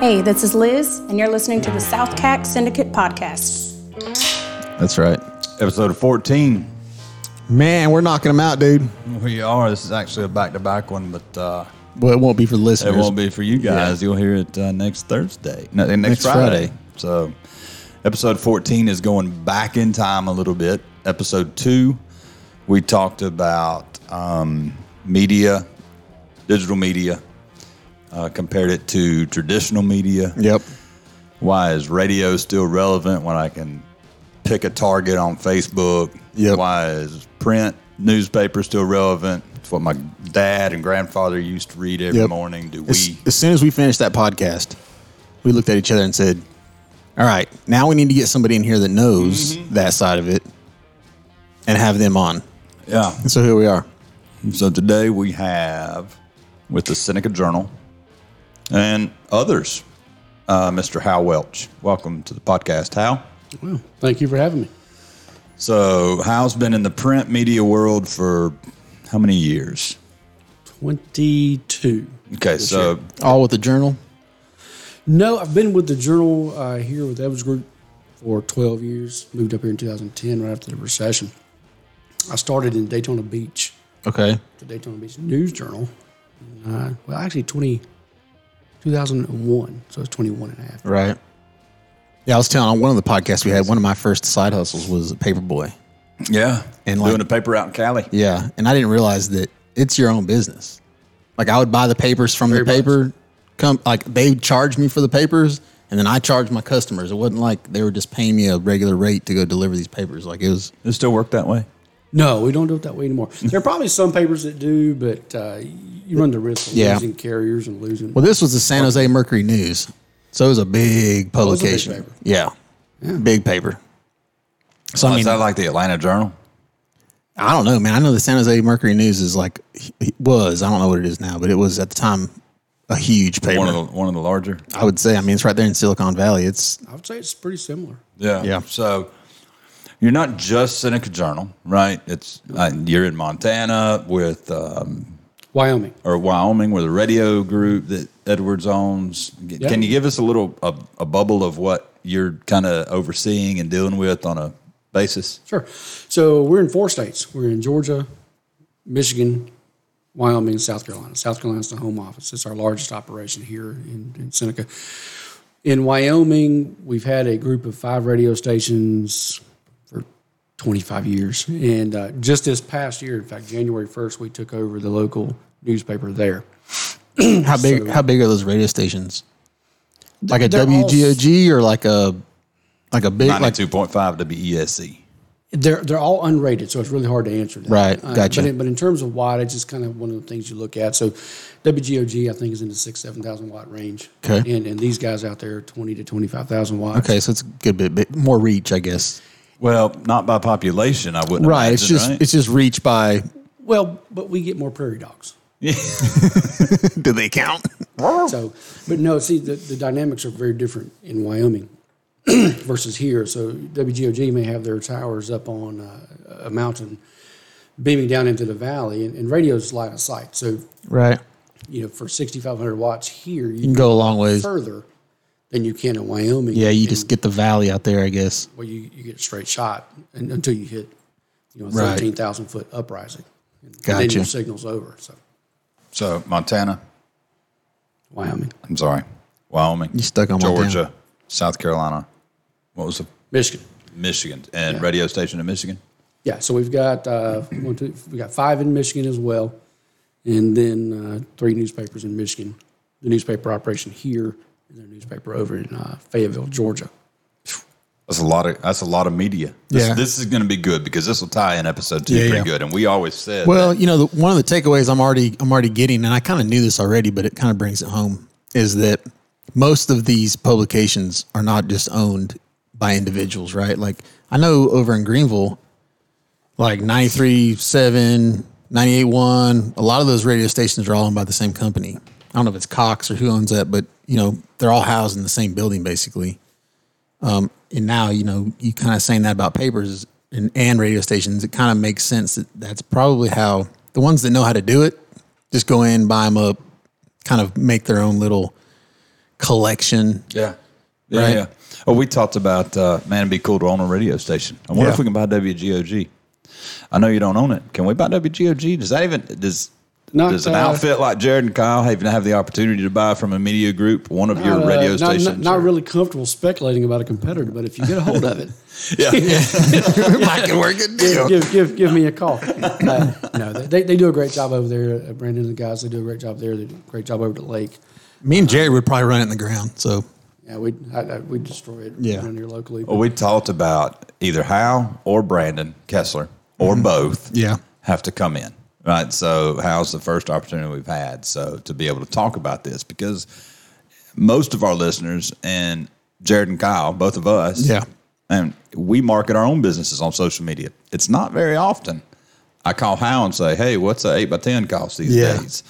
Hey, this is Liz, and you're listening to the South CAC Syndicate Podcast. That's right. Episode 14. Man, we're knocking them out, dude. Here you are. This is actually a back to back one, but uh, Well, it won't be for the it listeners. won't be for you guys. You'll hear it uh, next Thursday. No, next, Next Friday. Friday. So, episode 14 is going back in time a little bit. Episode 2, we talked about um, media, digital media, uh, compared it to traditional media. Yep. Why is radio still relevant when I can pick a target on Facebook? Yep. Why is print newspaper still relevant? It's what my dad and grandfather used to read every Yep. morning. Do As, we? as soon as we finished that podcast, we looked at each other and said, "All right, now we need to get somebody in here that knows Mm-hmm. that side of it, and have them on." Yeah. And so here we are. So today we have with the Seneca Journal and others, uh, Mr. Hal Welch. Welcome to the podcast, Hal. Well, thank you for having me. So Hal's been in the print media world for how many years? 22. Okay, so All with the journal. No, I've been with the Journal uh, here with Evans Group for 12 years. Moved up here in 2010, right after the recession. I started in Daytona Beach, Okay. the Daytona Beach News Journal. Uh, well, actually, 20, 2001. So it's 21 and a half. Right. Yeah, I was telling on one of the podcasts we had. One of my first side hustles was paperboy. yeah, And and like- doing a paper out in Cali. Yeah, and I didn't realize that it's your own business. Like I would buy the papers from the Very much. paper come like they charged me for the papers and then I charged my customers. It wasn't like they were just paying me a regular rate to go deliver these papers. Like it was Does it still work that way? No, we don't do it that way anymore. Hmm. There are probably some papers that do, but uh, you run the risk of Yeah. losing carriers and losing. Well, this was the San Jose Mercury News. So it was a big Oh, was a big publication. paper. yeah. Big paper. So I is mean, that like the Atlanta Journal? I don't know, man. I know the San Jose Mercury News is like it was, I don't know what it is now, but it was at the time a huge paper. One of the one of the larger. I would say, I mean, it's right there in Silicon Valley. It's I would say it's pretty similar. Yeah. Yeah. So you're not just Seneca Journal, right? It's uh, you're in Montana with um, Wyoming. or Wyoming with a radio group that Edwards owns. G- Yeah. Can you give us a little a, a bubble of what you're kind of overseeing and dealing with on a basis? Sure. So we're in four states. We're in Georgia, Michigan, Wyoming, and South Carolina. South Carolina's the home office. It's our largest operation here in, in Seneca. In Wyoming, we've had a group of five radio stations for 25 years. And uh, just this past year, in fact, January 1st, we took over the local newspaper there. How big? how big are those radio stations? Like a They're all- WGOG or like a like a big like Ninety-two point five E WESC. They're they're all unrated, so it's really hard to answer that. Right, gotcha. But in, but in terms of watt, it's just kind of one of the things you look at. So, WGOG I think is in the six seven thousand watt range. Okay. And and these guys out there are twenty to twenty five thousand watts. okay, so it's a good bit, bit more reach, I guess. Well, not by population, I wouldn't. Right. It's imagine, just right? it's just reach by. Well, but we get more prairie dogs. Do they count? So, but no, see the, the dynamics are very different in Wyoming versus here. So WGOG may have their towers up on uh, a mountain, beaming down into the valley, and, and radio's line of sight. So Right. you know for sixty five hundred watts here, you You can go a long ways. further than you can in Wyoming. Yeah, you And, just get the valley out there, I guess. well, you, you get a straight shot and, until you hit you know Right. thirteen thousand foot uprising. And Then Gotcha. your signal's over. So so Montana. Wyoming, I'm sorry, Wyoming. You stuck on Montana. Georgia, South Carolina. What was the Michigan. Michigan and radio station in Michigan? Yeah. So we've got uh, one, two, we got five in Michigan as well, and then uh, three newspapers in Michigan. The newspaper operation here, and their newspaper over in uh, Fayetteville, Georgia. That's a lot of that's a lot of media. This, Yeah. this is going to be good because this will tie in episode two Yeah, pretty yeah. good. And we always said, Well, you know, the, one of the takeaways I'm already I'm already getting, and I kind of knew this already, but it kind of brings it home, is that most of these publications are not just owned by individuals, right? Like I know over in Greenville, like 93.7, 98.1, a lot of those radio stations are all owned by the same company. I don't know if it's Cox or who owns that, but you know, they're all housed in the same building basically. and now you know you kind of saying that about papers and, and radio stations it kind of makes sense that that's probably how the ones that know how to do it just go in buy them up kind of make their own little collection. Yeah. Yeah, Right. yeah. Oh, we talked about uh, man, it'd be cool to own a radio station. I wonder Yeah. if we can buy WGOG. I know you don't own it. Can we buy WGOG? Does that even does Not, does an uh, outfit like Jared and Kyle even have the opportunity to buy from a media group one of your Not, uh, radio not- stations? Not, not or- really comfortable speculating about a competitor, but if you get a hold of it, Yeah, I can work a deal. give, give, give me a call. Uh, no, they, they do a great job over there. uh, Brandon and the guys, they do a great job there. They do a great job over at the lake. Me and Jared would probably run it in the ground. So Yeah, we I, I, we destroy it Yeah. Oh. around here locally. Well, we talked about either Hal or Brandon Kessler or both. Mm-hmm. Yeah. have to come in, right? So Hal's the first opportunity we've had, so to be able to talk about this because most of our listeners and Jared and Kyle, both of us, Yeah. and we market our own businesses on social media. It's not very often. I call Hal and say, "Hey, what's a eight by ten cost these Yeah. days?"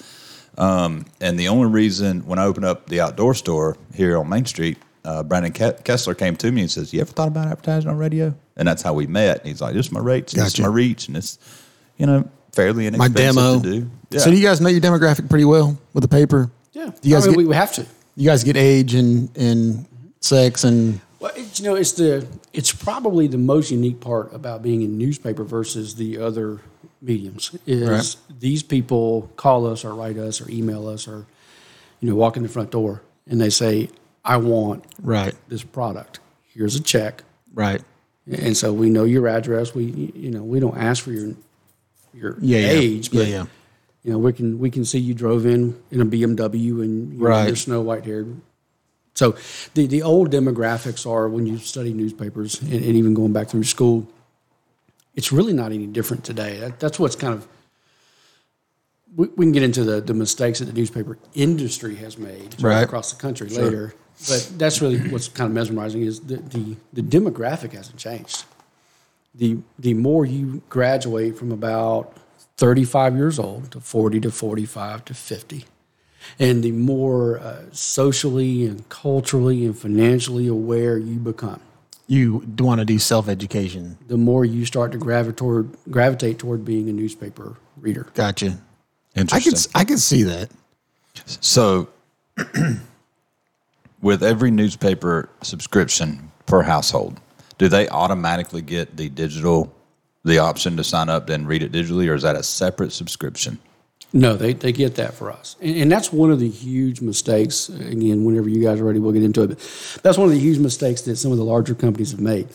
And the only reason when I opened up the outdoor store here on Main Street, uh, Brandon Ke- Kessler came to me and says, "You ever thought about advertising on radio?" And that's how we met. And he's like, "This is my rates, and this is Gotcha. my reach, and it's you know fairly my inexpensive demo. to do." Yeah. So do you guys know your demographic pretty well with the paper? yeah, Do you guys I mean, get, we, we have to. you guys get age and and sex and Well, it, you know, it's the it's probably the most unique part about being in newspaper versus the other mediums is Right. these people call us or write us or email us or you know walk in the front door and they say, "I want right, this product. Here's a check." right. And so we know your address. We you know we don't ask for your your Yeah, yeah. age, yeah, but yeah. you know we can we can see you drove in in a BMW and you're, Right. you're snow white haired. So the the old demographics are when you study newspapers and, and even going back through school, it's really not any different today. That, that's what's kind of we, we can get into the, the mistakes that the newspaper industry has made Right. across the country later. But that's really what's kind of mesmerizing is the, the, the demographic hasn't changed. The, the more you graduate from about 35 years old to 40 to 45 to 50, and the more uh, socially and culturally and financially aware you become, You want to do self education? the more you start to gravitate toward, gravitate toward being a newspaper reader. Gotcha. I Interesting. could s- I could see that. So, with every newspaper subscription per household, do they automatically get the digital, the option to sign up and read it digitally, or is that a separate subscription? No, they, they get that for us. And, and that's one of the huge mistakes. Again, whenever you guys are ready, we'll get into it. But that's one of the huge mistakes that some of the larger companies have made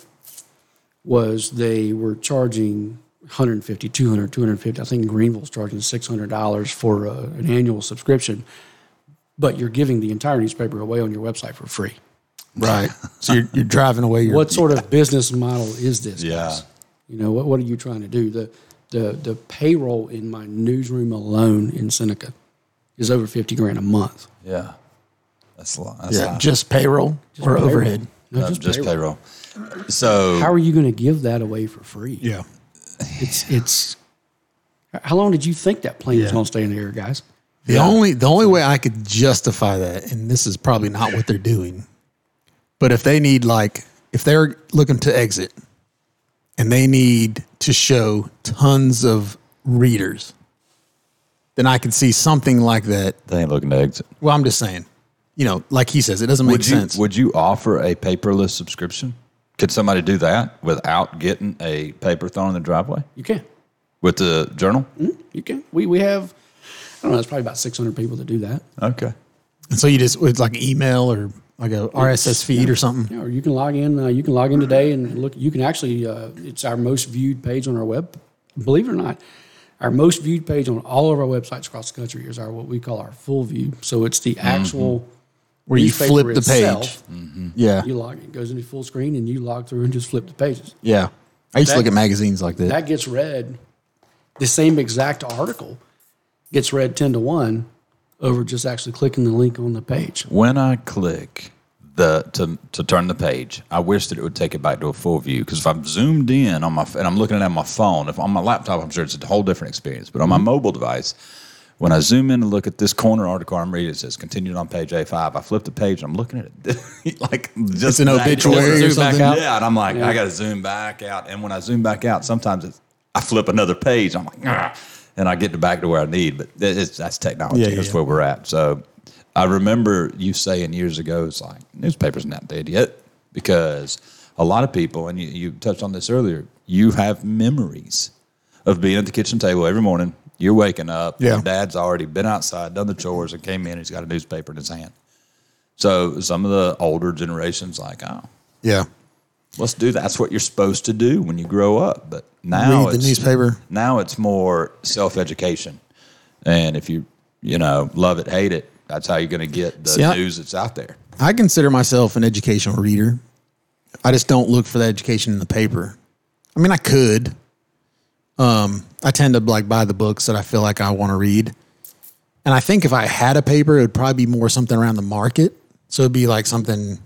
was they were charging 150 200 250 I think Greenville's charging $600 for a, an annual subscription, but you're giving the entire newspaper away on your website for free. Right. so you're, you're driving away your What sort of business model is this? Yeah. guys? You know, what, what are you trying to do? The, the, the payroll in my newsroom alone in Seneca is over 50 grand a month. Yeah, that's a lot. That's a yeah, lot. just payroll or payroll. overhead. No, Uh, just just payroll. payroll. So How are you going to give that away for free? Yeah. It's, it's, how long did you think that plane was Yeah. going to stay in the air, guys? The only the only way I could justify that, and this is probably not what they're doing, but if they need like if they're looking to exit and they need to show tons of readers, then I could see something like that. they ain't looking to exit. Well, I'm just saying, you know, like he says, it doesn't make Would you sense. would you offer a paperless subscription? Could somebody do that without getting a paper thrown in the driveway You can. with the journal? You can. We, we have, I don't know, it's probably about 600 people that do that. Okay. and so you just it's like email or like a RSS feed or something. Yeah, or you can log in. Uh, you can log in today and look. You can actually. Uh, it's our most viewed page on our web. Believe it or not, our most viewed page on all of our websites across the country is our what we call our full view. So it's the Mm-hmm. actual Where you newspaper flip the page. itself. Yeah. You log it goes into full screen and you log through and just flip the pages. Yeah. I used That- to look at magazines like that. That gets read. The same exact article gets read ten to one over just actually clicking the link on the page. when I click the to to turn the page, I wish that it would take it back to a full view because if I'm zoomed in on my f- and I'm looking at it on my phone, if on my laptop, I'm sure it's a whole different experience. But on Mm-hmm. my mobile device, when I zoom in and look at this corner article I'm reading, it says continued on page A5. I flip the page and I'm looking at it like just It's an that- obituary or zoom something? Back out. Yeah, and I'm like, I got to zoom back out. And when I zoom back out, sometimes it's, I flip another page. I'm like, "Ah," and I get to back to where I need. But it- it's, that's technology. Yeah, yeah, that's yeah. where we're at. So I remember you saying years ago, it's like newspapers not dead yet because a lot of people, and you, you touched on this earlier, you have memories of being at the kitchen table every morning. You're waking up. Yeah. Your dad's already been outside, done the chores, and came in. He's got a newspaper in his hand. So some of the older generations, like, oh, Yeah. let's do that. That's what you're supposed to do when you grow up. But now Read the it's, newspaper. Now it's more self education, and if you you know love it, hate it, that's how you're going to get the See, I- news that's out there. I consider myself an educational reader. I just don't look for that education in the paper. I mean, I could. Um, I tend to like buy the books that I feel like I want to read. And I think if I had a paper, it would probably be more something around the market. So it'd be like something,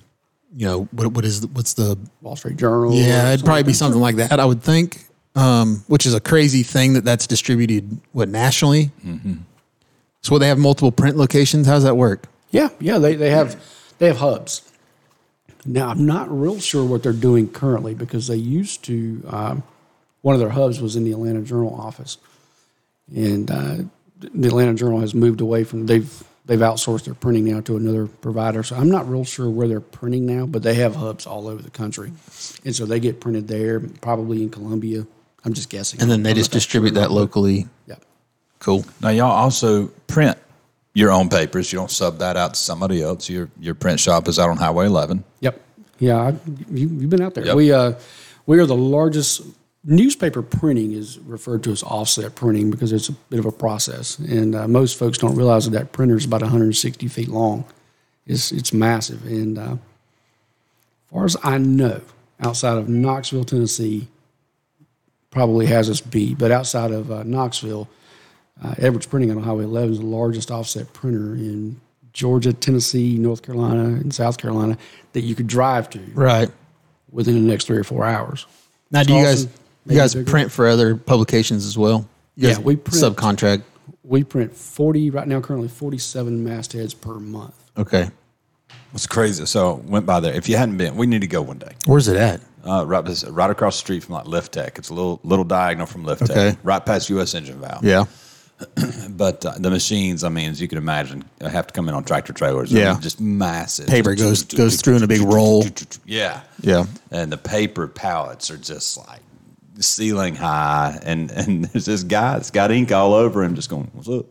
you know, what what is what's the Wall Street Journal. yeah, or it'd probably be something like that. I would think, um, which is a crazy thing that that's distributed what nationally. So they have multiple print locations. How does that work? Yeah, yeah, they, they have they have hubs. Now I'm not real sure what they're doing currently because they used to. Um, one of their hubs was in the Atlanta Journal office, and uh, the Atlanta Journal has moved away from they've they've outsourced their printing now to another provider. So I'm not real sure where they're printing now, but they have hubs all over the country, and so they get printed there, probably in Columbia. I'm just guessing. And then they just distribute that locally. yeah. Cool. Now y'all also print your own papers. You don't sub that out to somebody else. Your your print shop is out on Highway 11. Yep. Yeah, I, you, you've been out there. Yep. We uh, we are the largest newspaper printing is referred to as offset printing because it's a bit of a process, and uh, most folks don't realize that that printer is about 160 feet long. It's it's massive, and uh, far as I know, outside of Knoxville, Tennessee, probably has us beat. But outside of uh, Knoxville, uh, Edwards Printing on Highway 11 is the largest offset printer in Georgia, Tennessee, North Carolina, and South Carolina that you could drive to Right. within the next three or four hours. Now, do you guys Charleston, you guys maybe bigger. print for other publications as well? You Yeah, guys we print. subcontract. We print 40, right now, currently 47 mastheads per month. Okay. It's crazy. So went by there. If you hadn't been, we need to go one day. Where's it at? Uh, right, bes- right across the street from like Left Tech. It's a little little diagonal from Left Okay. Tech. Right past U.S. Engine Valve. Yeah. But uh, the machines, I mean, as you can imagine, uh, have to come in on tractor trailers. Yeah. They're just massive. Paper goes goes through in a big roll. Yeah, Yeah. and the paper pallets are just like ceiling high, and and there's this guy that's got ink all over him, just going, "What's up?"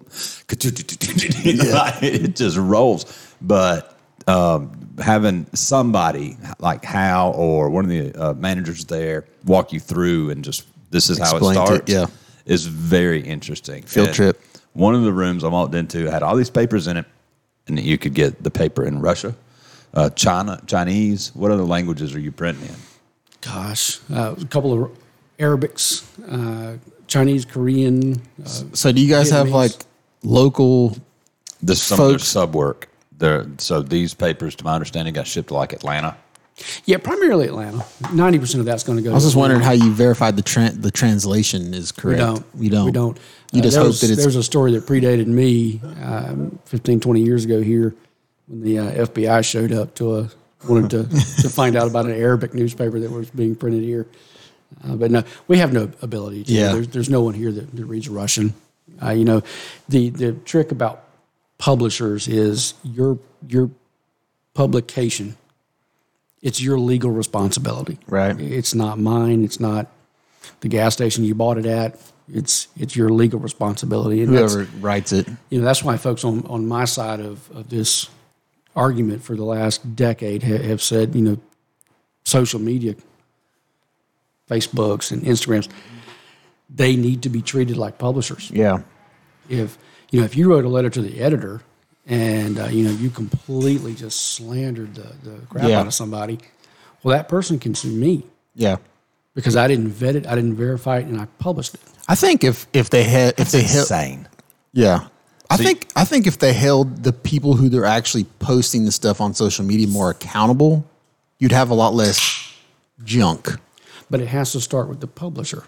Like, it just rolls. But um, having somebody like Hal or one of the uh, managers there walk you through and just this is Explain to- how it starts yeah. is very interesting. Field And trip. One of the rooms I walked into had all these papers in it, and you could get the paper in Russia, uh, China, Chinese. What other languages are you printing in? Gosh, uh, a couple of Arabics, uh, Chinese, Korean. Uh, So, do you guys have Vietnamese. like local? This some of their Folks- sub work. There, so these papers, to my understanding, got shipped to like Atlanta. yeah, primarily Atlanta. 90% of that's going to go I was just wondering how you verified the tran the translation is We correct. don't. You don't. We don't. You Uh, just there hope was, that it's there was a story that predated me um, 15, 20 years ago here when the uh, FBI showed up to a, wanted to, to find out about an Arabic newspaper that was being printed here. Uh, but no, we have no ability to. Yeah. There's, there's no one here that, that reads Russian. Uh, you know, the, the trick about publishers is your your publication. It's your legal responsibility. Right. It's not mine. It's not the gas station you bought it at. It's it's your legal responsibility. And that's- whoever writes it. you know that's why folks on, on my side of, of this argument for the last decade ha- have said you know social media facebooks and instagrams they need to be treated like publishers Yeah. if you know if you wrote a letter to the editor and uh, you know you completely just slandered the, the crap Yeah. out of somebody well that person can sue me Yeah. because i didn't vet it i didn't verify it and i published it I think if if they had if they held Insane. yeah. I So you- think I think if they held the people who they're actually posting the stuff on social media more accountable, you'd have a lot less junk. but it has to start with the publisher.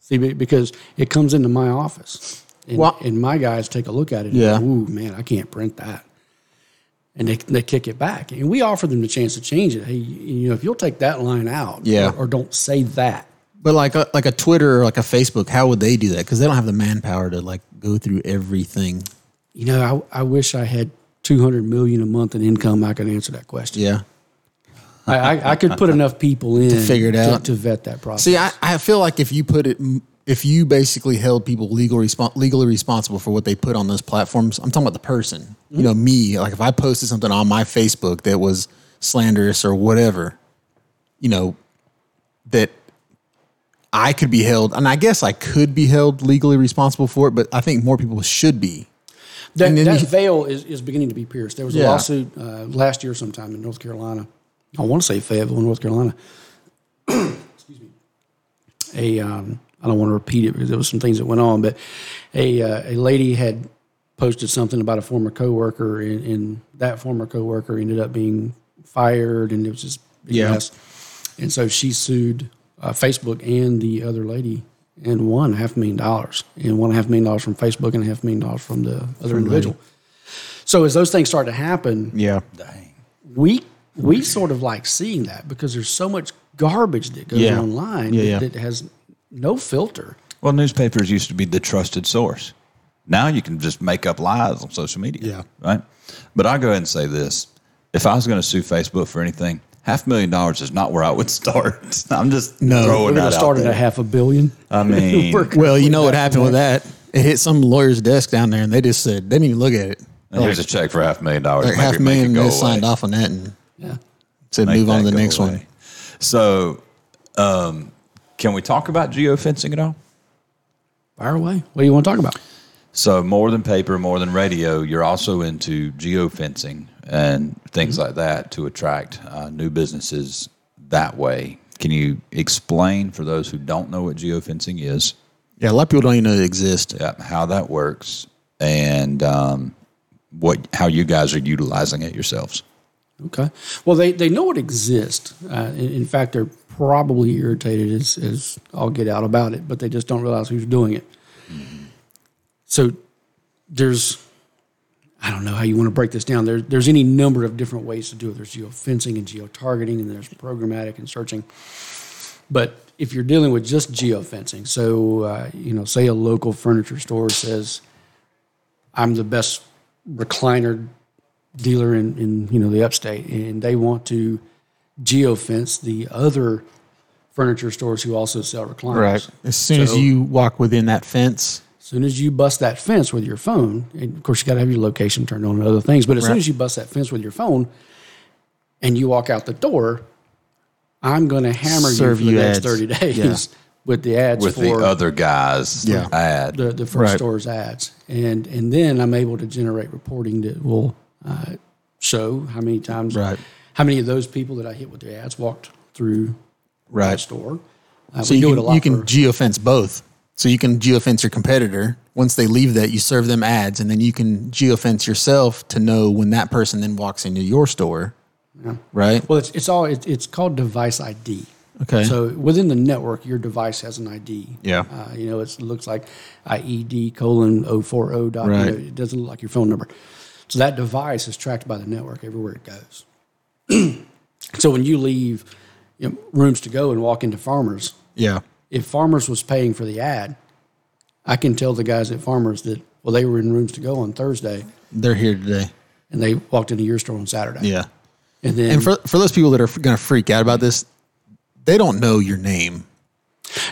See, be- because it comes into my office, and, Well- and my guys take a look at it. Yeah. And, Ooh, man, I can't print that, and they they kick it back, and we offer them the chance to change it. Hey, you know, if you'll take that line out, Yeah. or, or don't say that. But like a, like a Twitter or like a Facebook, how would they do that? Because they don't have the manpower to like go through everything. You know, I, I wish I had 200 million a month in income, I could answer that question. Yeah. I, I, I could put enough people in to figure it out. to, vet that process. See, I, I feel like if you put it, if you basically held people legal respon legally responsible for what they put on those platforms, I'm talking about the person, you know, me. Like if I posted something on my Facebook that was slanderous or whatever, you know, that I could be held, and I guess I could be held legally responsible for it, but I think more people should be. That, And then that you- veil is, is beginning to be pierced. There was a Yeah. lawsuit uh, last year sometime in North Carolina. I want to say Fayetteville, North Carolina. Excuse me. A, um, I don't want to repeat it because there was some things that went on, but a, uh, a lady had posted something about a former coworker, and, and that former coworker ended up being fired, and it was just big Yeah. mess. And so she sued uh, Facebook and the other lady and won a half million dollars, and one half million dollars from Facebook and a half million dollars from the other individual. So as those things start to happen, Yeah. Dang. we we sort of like seeing that because there's so much garbage that goes Yeah. online Yeah, that, yeah. that has no filter. Well, newspapers used to be the trusted source. Now you can just make up lies on social media. Yeah. Right. But I'll go ahead and say this. If I was going to sue Facebook for anything, half a million dollars is not where I would start. I'm just No. throwing We're going that to start out at there. a half a billion. I mean, We're- Well, you know what happened with that? It hit some lawyer's desk down there, and they just said they didn't even look at it. here's a check for half a million dollars. Like Make half it- a make it million go they away. signed off on that and Yeah. said Make move on to that the go next one. away. So, um, can we talk about geofencing at all? Fire away. What do you want to talk about? So more than paper, more than radio, you're also into geofencing and things like that to attract uh, new businesses that way. Can you explain for those who don't know what geofencing is, Yeah, a lot of people don't even know they exist. yeah, how that works, and um, what how you guys are utilizing it yourselves? Okay. Well, they, they know it exists. Uh, in, in fact, they're probably irritated as, as I'll get out about it, but they just don't realize who's doing it. So there's, I don't know how you want to break this down. There, there's any number of different ways to do it. There's geofencing and geotargeting, and there's programmatic and searching. But if you're dealing with just geofencing, so, uh, you know, say a local furniture store says, I'm the best recliner dealer in, in you know the upstate, and they want to geofence the other furniture stores who also sell recliners. As soon as you walk within that fence, As soon as you bust that fence with your phone, and of course you got to have your location turned on and other things, but as soon as you bust that fence with your phone, and you walk out the door, I'm going to hammer Serve you for you the next ads. thirty days Yeah. with the ads With for the other guys, Yeah. ad. the, the first Right. store's ads, and and then I'm able to generate reporting that will uh, show how many times, Right. how many of those people that I hit with the ads walked through the right? store. Uh, So we you do can, it a lot you can for- geofence both. So you can geofence your competitor. Once they leave that, you serve them ads, and then you can geofence yourself to know when that person then walks into your store, right? Well, it's, it's all it, it's called device ID. Okay. So within the network, your device has an ID. Yeah. Uh, you know, it's, it looks like IED colon 040 dot. you know, Right. it doesn't look like your phone number. So that device is tracked by the network everywhere it goes. so when you leave you know, rooms to go and walk into Farmers, yeah, if Farmers was paying for the ad, I can tell the guys at Farmers that well they were in rooms to go on Thursday they're here today. and they walked into your store on Saturday. Yeah, And then and for for those people that are going to freak out about this, they don't know your name.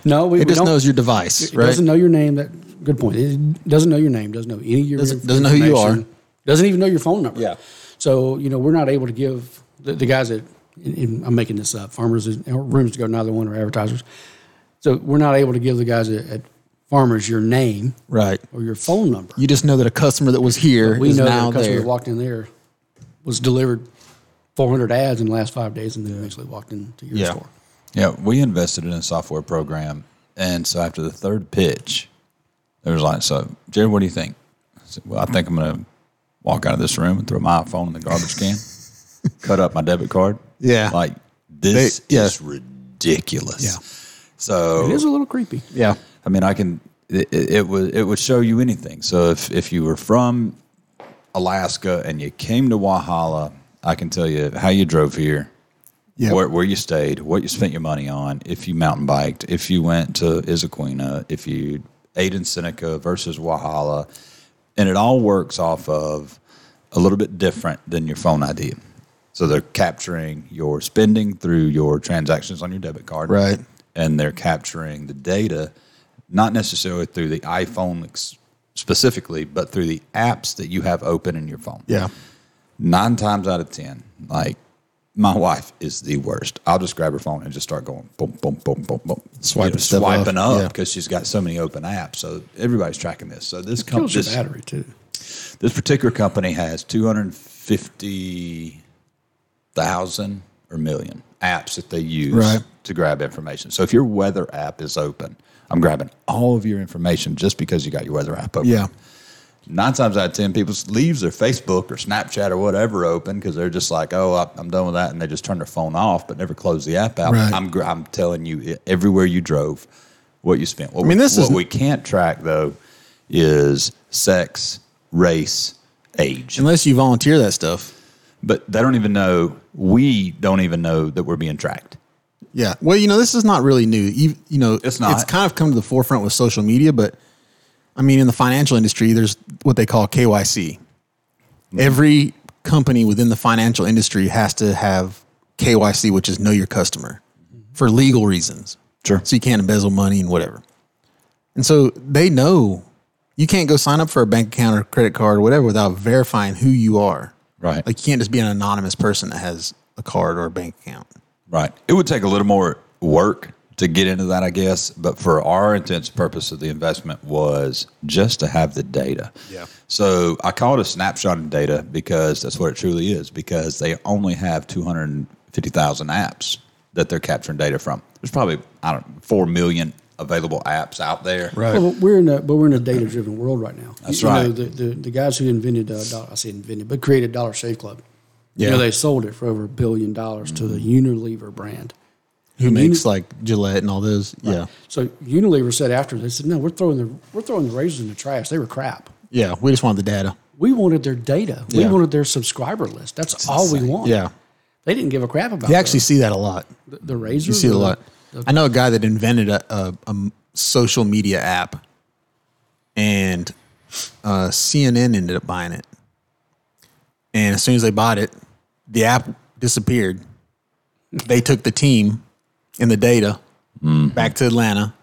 no, we, It we just don't, knows your device, It right? doesn't know your name. That good point. It doesn't know your name. Doesn't know any of your Doesn't- doesn't know who you information, are. Doesn't even know your phone number. Yeah. So you know we're not able to give the, the guys that and- and I'm making this up. Farmers is- or rooms to go. Neither one are advertisers. So we're not able to give the guys at, at Farmers your name right. or your phone number. You just know that a customer that was here is we know that now a customer there. that walked in there was delivered 400 ads in the last five days and then eventually walked into your Yeah. store. Yeah, we invested in a software program, and so after the third pitch, it was like, "So, Jared, what do you think?" I said, "Well, I think I'm going to walk out of this room and throw my phone in the garbage can, cut up my debit card." Yeah. like this They- yeah. is ridiculous. Yeah. So It is a little creepy. yeah, I mean, I can. It, it, it would it would show you anything. So if if you were from Alaska and you came to Wahala, I can tell you how you drove here, Yeah. where where you stayed, what you spent your money on, if you mountain biked, if you went to Issaquena, if you ate in Seneca versus Wahala, and it all works off of a little bit different than your phone ID. So they're capturing your spending through your transactions on your debit card. Right. And they're capturing the data, not necessarily through the iPhone ex- specifically, but through the apps that you have open in your phone Yeah. nine times out of ten, like my wife is the worst. I'll just grab her phone and just start going boom, boom, boom, boom, boom, Swiping stuff swiping off, up yeah. because she's got so many open apps. So everybody's tracking this. So this Kills company, your this, battery too. this particular company has two hundred fifty thousand or million apps that they use Right. to grab information. So if your weather app is open, I'm grabbing all of your information just because you got your weather app open Yeah. nine times out of ten people leaves their facebook or snapchat or whatever open because they're just like oh I- i'm done with that and they just turn their phone off but never close the app out Right. I'm, gr- I'm telling you i- everywhere you drove what you spent what, mean, this what is- we can't track though is sex race age Unless you volunteer that stuff. but they don't even know we don't even know that we're being tracked Yeah. Well, you know, this is not really new. You, you know, It's not. It's kind of come to the forefront with social media, but I mean, in the financial industry, there's what they call KYC. Mm-hmm. Every company within the financial industry has to have KYC, which is know your customer, for legal reasons. Mm-hmm. Sure. So you can't embezzle money and whatever. And so they know you can't go sign up for a bank account or credit card or whatever without verifying who you are. Right. Like you can't just be an anonymous person that has a card or a bank account. Right. It would take a little more work to get into that, I guess. But for our intents and purpose of the investment was just to have the data. Yeah. So I call it a snapshot of data because that's what it truly is, because they only have 250,000 apps that they're capturing data from. There's probably, I don't know, 4 million available apps out there. Right. Well, but we're in a but we're in a data driven world right now. That's You know, right. the, the the guys who invented uh, dollar, I say invented, but created Dollar Shave Club. Yeah, Yeah. they sold it for over a billion dollars to the Unilever brand. who makes like Gillette and all those. Yeah. So Unilever said after they said, "No, we're throwing the we're throwing the razors in the trash. They were crap. Yeah. We just want the data. We wanted their data. Yeah. We wanted their subscriber list. That's all we want. Yeah. they didn't give a crap about. You the- actually see that a lot. the, the razor. You see it a lot. I know a guy that invented a, a, a m- social media app and uh, CNN ended up buying it. And as soon as they bought it, the app disappeared. They took the team and the data back to Atlanta.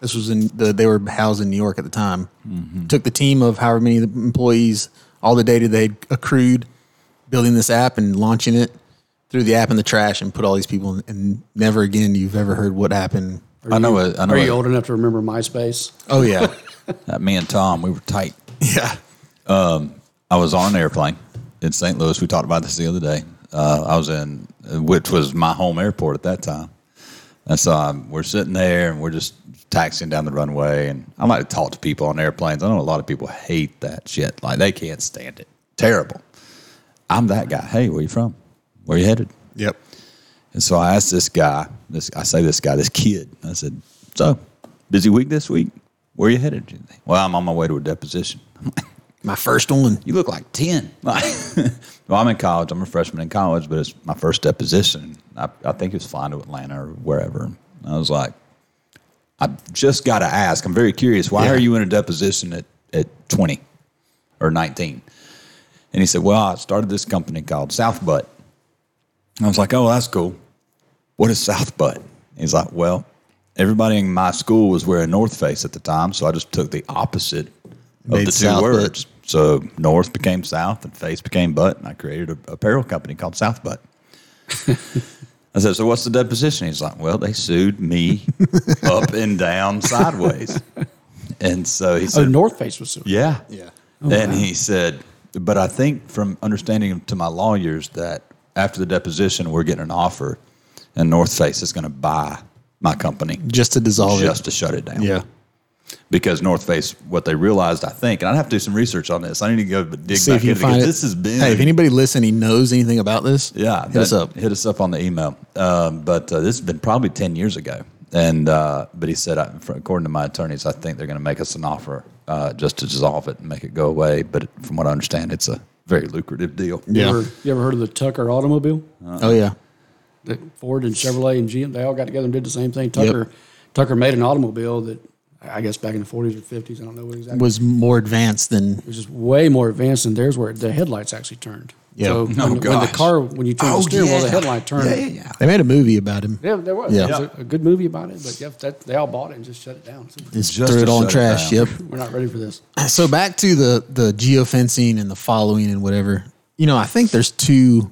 This was in the, they were housed in New York at the time. Took the team of however many employees, all the data they accrued, building this app and launching it, threw the app in the trash and put all these people in. And never again you've ever heard what happened. I know it. I know Are you it. old enough to remember MySpace? Oh yeah, That me and Tom, we were tight. yeah, I was on an airplane in St. Louis. We talked about this the other day. Uh, I was in, which was my home airport at that time. And so I'm, we're sitting there and we're just taxiing down the runway. And I like to talk to people on airplanes. I know a lot of people hate that shit. Like they can't stand it. Terrible. I'm that guy. Hey, where you from? Where you headed? yep. And so I asked this guy, this I say this guy, this kid. I said, "So, busy week this week? Where you headed?" Well, I'm on my way to a deposition. My first one. you look like 10. Like, well, I'm in college. I'm a freshman in college, but it's my first deposition. I, I think it was flying to Atlanta or wherever. And I was like, I just got to ask. I'm very curious. Why Yeah. are you in a deposition at, at 20 or 19? And he said, Well, I started this company called South Butt. And I was like, Oh, that's cool. What is South Butt? He's like, Well, everybody in my school was wearing North Face at the time. So I just took the opposite of Made the two South Butt. words. So North became South and Face became Butt, and I created a a apparel company called South Butt. I said, "So what's the deposition?" He's like, "Well, they sued me up and down, sideways." And so he Oh, said, North Face was. "Yeah, Yeah. and he said, "But I think from understanding to my lawyers that after the deposition, we're getting an offer, and North Face is going to buy my company Just to dissolve just it. to shut it down." Oh, Yeah. because North Face, what they realized, I think, and I'd have to do some research on this. I need to go dig See back if in you because find it. this has been. Hey, if anybody listening knows anything about this, yeah, hit that- us up. Hit us up on the email. Um, but uh, this has been probably ten years ago, and uh, but he said, I, for, according to my attorneys, I think they're going to make us an offer uh, just to dissolve it and make it go away. But from what I understand, it's a very lucrative deal. You, Yeah. ever, you ever heard of the Tucker automobile? uh-uh. Oh yeah, that Ford and Chevrolet and GM they all got together and did the same thing. Tucker Tucker made an automobile that I guess back in the 40s or 50s. I don't know what exactly. was more advanced than It was just way more advanced than theirs, where the headlights actually turned. Yeah. So Oh, when, when the gosh. car, when you turn Oh, the steering wheel, the yeah. headlight turned. Yeah, yeah, yeah. they made a movie about him. Yeah, there was. Yeah. There was a, a good movie about it, but yep, that, they all bought it and just shut it down. So Just, Just threw to it all in shut it trash. down. Yep. we're not ready for this. so back to the the geofencing and the following and whatever. You know, I think there's two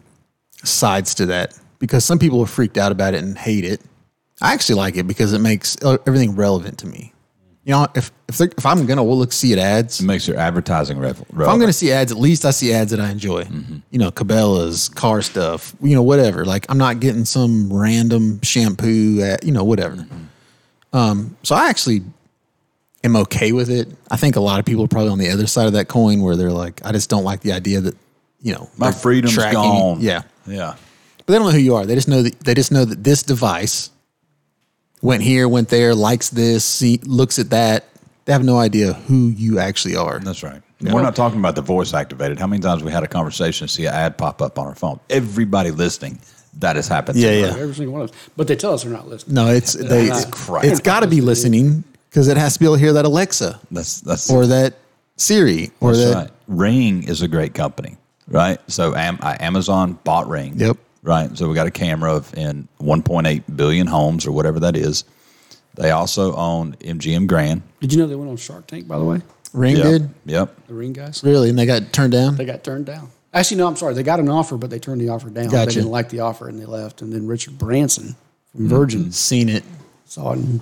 sides to that because some people are freaked out about it and hate it. I actually like it because it makes uh, everything relevant to me. You know, if if, they're- if I'm gonna look see it ads, It makes your advertising rev- if I'm relevant. going to see ads, at least I see ads that I enjoy. Mm-hmm. You know, Cabela's, car stuff, you know, whatever. Like I'm not getting some random shampoo, at, you know, whatever. Mm-hmm. Um, so I actually am okay with it. I think a lot of people are probably on the other side of that coin where they're like, I just don't like the idea that, you know, My they're freedom's tracking you. gone. Yeah. Yeah. But they don't know who you are. They just know that they just know that this device went here, went there, likes this, see, looks at that. They have no idea who you actually are. That's right. We're not talking about the voice activated. How many times we had a conversation and see an ad pop up on our phone? Everybody listening, that has happened. to Yeah, them. yeah. Every single one of us. But they tell us they're not listening. No, it's they, That's crap. it's got to be listening because it has to be able to hear that Alexa That's that's or that Siri or that. that's right. Ring is a great company, right? So Am- uh, Amazon bought Ring. Yep. Right. So we got a camera of in 1.8 billion homes or whatever that is. They also own MGM Grand. Did you know they went on Shark Tank, by the way? Ring Yep. did Yep. The Ring guys? really, and they got turned down. They got turned down. Actually, no, I'm sorry. They got an offer, but they turned the offer down. Gotcha. They didn't like the offer and they left. And then Richard Branson from Virgin Seen it. saw it and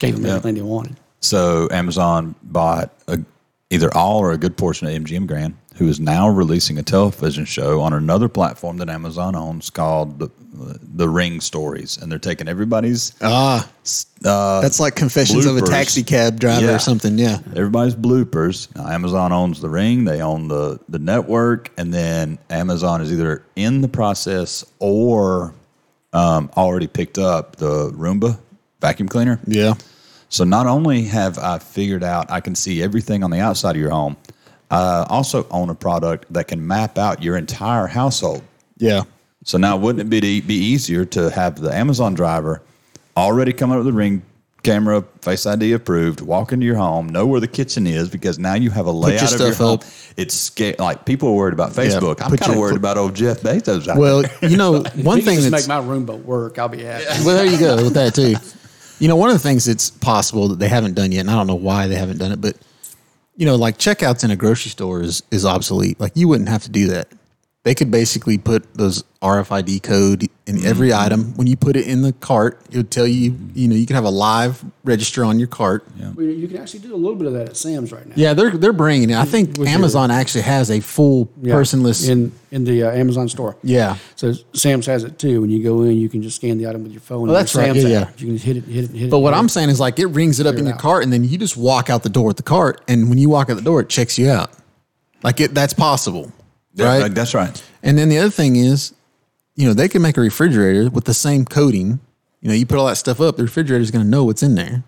gave them everything they wanted. So Amazon bought a, either all or a good portion of MGM Grand, who is now releasing a television show on another platform that Amazon owns called the, uh, the Ring Stories, and they're taking everybody's Ah, that's like confessions of bloopers. a taxi cab driver Yeah. or something. Yeah, everybody's bloopers. Now, Amazon owns the Ring, they own the the network, and then Amazon is either in the process or um, already picked up the Roomba vacuum cleaner. yeah. So not only have I figured out I can see everything on the outside of your home, I also own a product that can map out your entire household. Yeah. So now wouldn't it be be easier to have the Amazon driver already come up with the ring camera, Face ID approved, walk into your home, know where the kitchen is because now you have a layout of your stuff home. up. It's sca- like people are worried about Facebook. I'm Put kind of your- worried about old Jeff Bezos. Out Well, there. you know, one If you thing just that's make my Roomba work, I'll be happy. well, there you go with that too. You know, one of the things that's possible that they haven't done yet, and I don't know why they haven't done it, but you know, like checkouts in a grocery store is is obsolete. Like you wouldn't have to do that. They could basically put those RFID code in every item. When you put it in the cart, it would tell you, you know, you can have a live register on your cart. Yeah, Well, You can actually do a little bit of that at Sam's right now. they're they're bringing it. I think With your- Amazon actually has a full Yeah, personless. in in the uh, Amazon store. yeah, So Sam's has it too. When you go in, you can just scan the item with your phone. Oh, that's There's right. Sam's Yeah, app. You can hit it, hit it, hit it. But what hit I'm it. saying is like it rings it up in it your out. cart and then you just walk out the door with the cart and when you walk out the door it checks you out. Like it that's possible. Yeah, right? like, That's right. and then the other thing is, you know, they can make a refrigerator with the same coating. You know, you put all that stuff up, the refrigerator is going to know what's in there.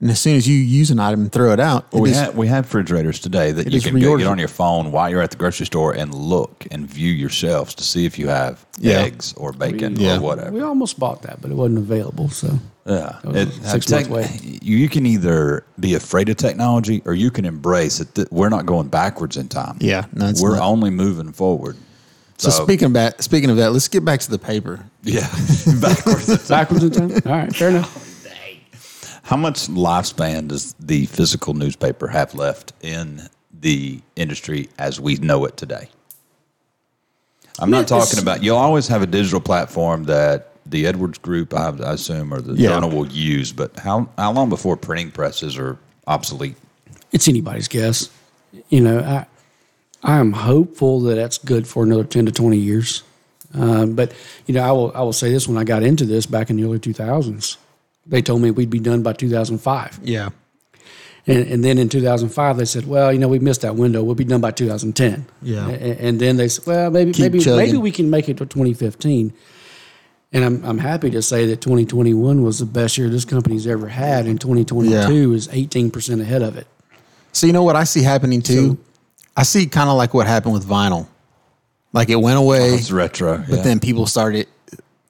And as soon as you use an item and throw it out, Well, it we, just- have, we have refrigerators today that you is can go reorders. get on your phone while you're at the grocery store and look and view your shelves to see if you have Yeah. eggs or bacon Yeah. or whatever. we almost bought that, but it wasn't available. So yeah. was It- six tech- months away. you you can either be afraid of technology or you can embrace it. Th- We're not going backwards in time. Yeah, no, it's We're not. only moving forward. so speaking of that, speaking of that, let's get back to the paper. yeah, backwards. backwards in time. All right, fair enough. How much lifespan does the physical newspaper have left in the industry as we know it today? I'm not talking about. You'll always have a digital platform that the Edwards Group, I, I assume, or the Yeah. journal will use. But how how long before printing presses are obsolete? It's anybody's guess. You know, I I am hopeful that that's good for another ten to twenty years. Um, but you know, I will I will say this: when I got into this back in the early two thousands, they told me we'd be done by two thousand five. Yeah. And, and then in 2005, they said, "Well, you know, we missed that window. We'll be done by 2010." Yeah. A- a- And, then they said, "Well, maybe, maybe, chugging. maybe we can make it to 2015." And I'm, I'm happy to say that 2021 was the best year this company's ever had, and 2022 is 18 percent ahead of it. So you know what I see happening too? I see kind of like what happened with vinyl. Like it went away. It's retro. But then people started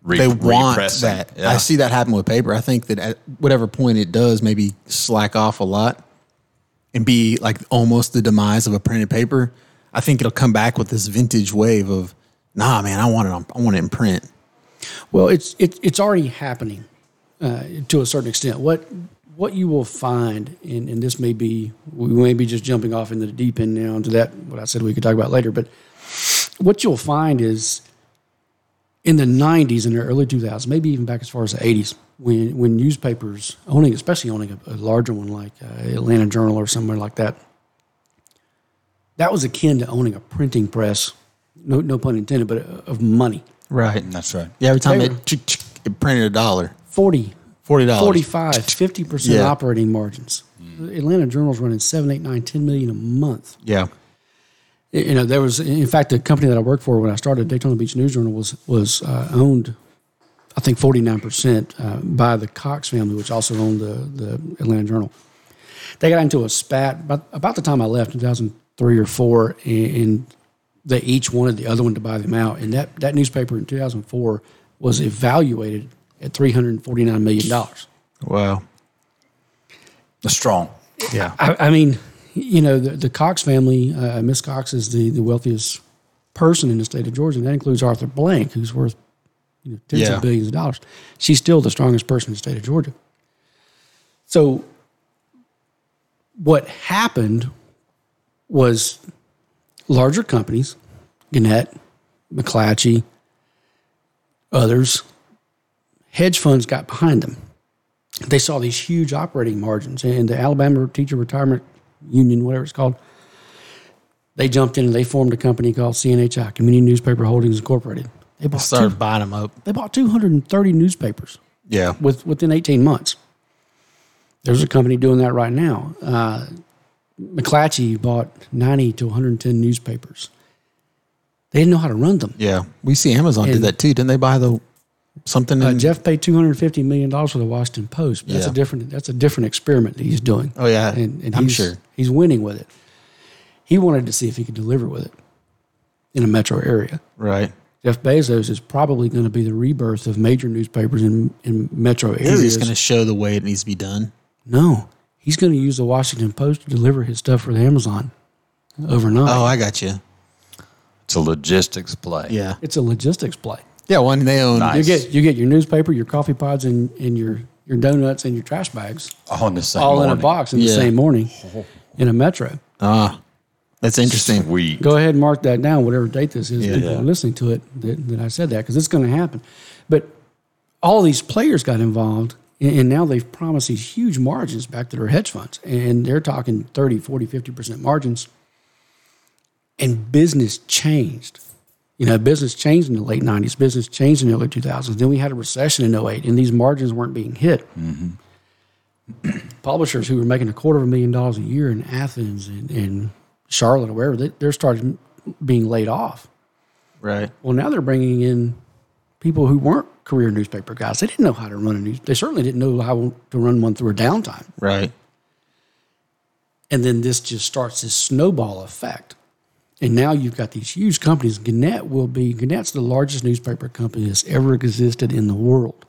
re- they want repressing. that. Yeah. I see that happen with paper. I think that at whatever point it does, maybe slack off a lot and be like almost the demise of a printed paper. I think it'll come back with this vintage wave of, nah, man, I want it. On, I want it in print. Well, it's it, it's already happening uh, to a certain extent. What what you will find, and, and this may be we may be just jumping off into the deep end now into that what I said we could talk about later, but what you'll find is in the '90s and the early 2000s, maybe even back as far as the '80s, when when newspapers owning, especially owning a, a larger one like uh, Atlanta Journal or somewhere like that, that was akin to owning a printing press. No, no pun intended, but uh, of money. Right. That's right. Yeah. Every time They it, it printed a dollar, 40 forty dollars. 45 50% Oh, Yeah. operating margins atlanta journal's running 7 8 9 10 million a month Yeah. Y- you know there was in fact the company that i worked for when i started daytona beach news journal was was uh, owned i think 49% uh, by the cox family which also owned the, the atlanta journal they got into a spat about, about the time i left 2003 or 4 and, and they each wanted the other one to buy them out and that, that newspaper in 2004 was evaluated at $349 million Wow. That's strong. Yeah. I, I mean, you know, the, the Cox family, uh, Miss Cox is the, the wealthiest person in the state of Georgia, and that includes Arthur Blank, who's worth you know, tens Yeah. of billions of dollars. She's still the strongest person in the state of Georgia. So, what happened was larger companies, Gannett, McClatchy, others, hedge funds got behind them they saw these huge operating margins and the Alabama Teacher Retirement Union, whatever it's called, they jumped in and they formed a company called CNHI, Community Newspaper Holdings Incorporated. They bought, two, Started buying them up. they bought 230 newspapers Yeah. with, within 18 months. There's a company doing that right now. Uh, McClatchy bought 90 to 110 newspapers. They didn't know how to run them. Yeah. We see Amazon did And- that too. Didn't they buy the something? Uh, in- Jeff paid two hundred fifty million dollars for the Washington Post. But That's Yeah. a different. That's a different experiment that he's doing. Oh, yeah. and, and I'm he's, sure. he's winning with it. He wanted to see if he could deliver with it in a metro area. right. Jeff Bezos is probably going to be the rebirth of major newspapers in, in metro He's areas. just going to show the way it needs to be done. no, he's going to use the Washington Post to deliver his stuff for the Amazon overnight. Oh, I got you. It's a logistics play. Yeah. it's a logistics play. Yeah, one they own. Nice. You get you get your newspaper, your coffee pods, and, and your your donuts and your trash bags. On the same all in a morning. box in the Yeah. same morning in a metro. That's interesting. Sweet. Go ahead and mark that down, whatever date this is. people Yeah. are listening to it that, that I said that because it's going to happen. But all these players got involved, and, and now they've promised these huge margins back to their hedge funds, and they're talking 30, 40, 50% margins. And business changed. You know, business changed in the late 90s, business changed in the early 2000s. Then we had a recession in 08, and these margins weren't being hit publishers who were making a quarter of a million dollars a year in Athens and, and Charlotte or wherever, they, they're starting being laid off. Right. Well, now they're bringing in people who weren't career newspaper guys. They didn't know how to run a news. They certainly didn't know how to run one through a downtime. Right. And then this just starts this snowball effect. And now you've got these huge companies. Gannett will be, Gannett's the largest newspaper company that's ever existed in the world.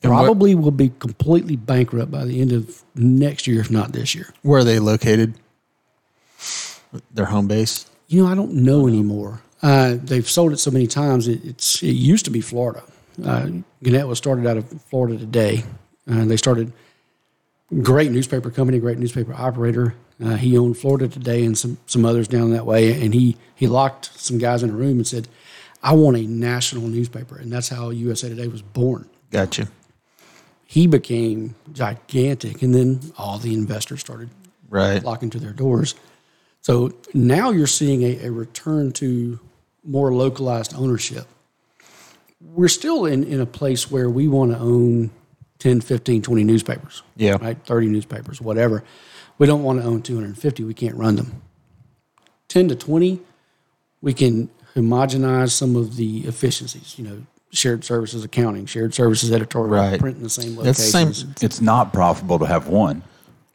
what- Probably will be completely bankrupt by the end of next year, if not this year. Where are they located? Their home base. You know, I don't know anymore. Uh, they've sold it so many times. It, it's it used to be Florida. Uh, Gannett was started out of Florida today. Uh, they started great newspaper company, great newspaper operator. Uh, he owned Florida today and some some others down that way. And he he locked some guys in a room and said, "I want a national newspaper," and that's how USA Today was born. Gotcha. He became gigantic, and then all the investors started Right. locking to their doors. So now you're seeing a, a return to more localized ownership. We're still in, in a place where we want to own 10, 15, 20 newspapers. Yeah. Right? 30 newspapers, whatever. We don't want to own 250. We can't run them. 10 to 20, we can homogenize some of the efficiencies, you know, shared services accounting, shared services editorial, Right. print in the same location. That's the same. It's not profitable to have one.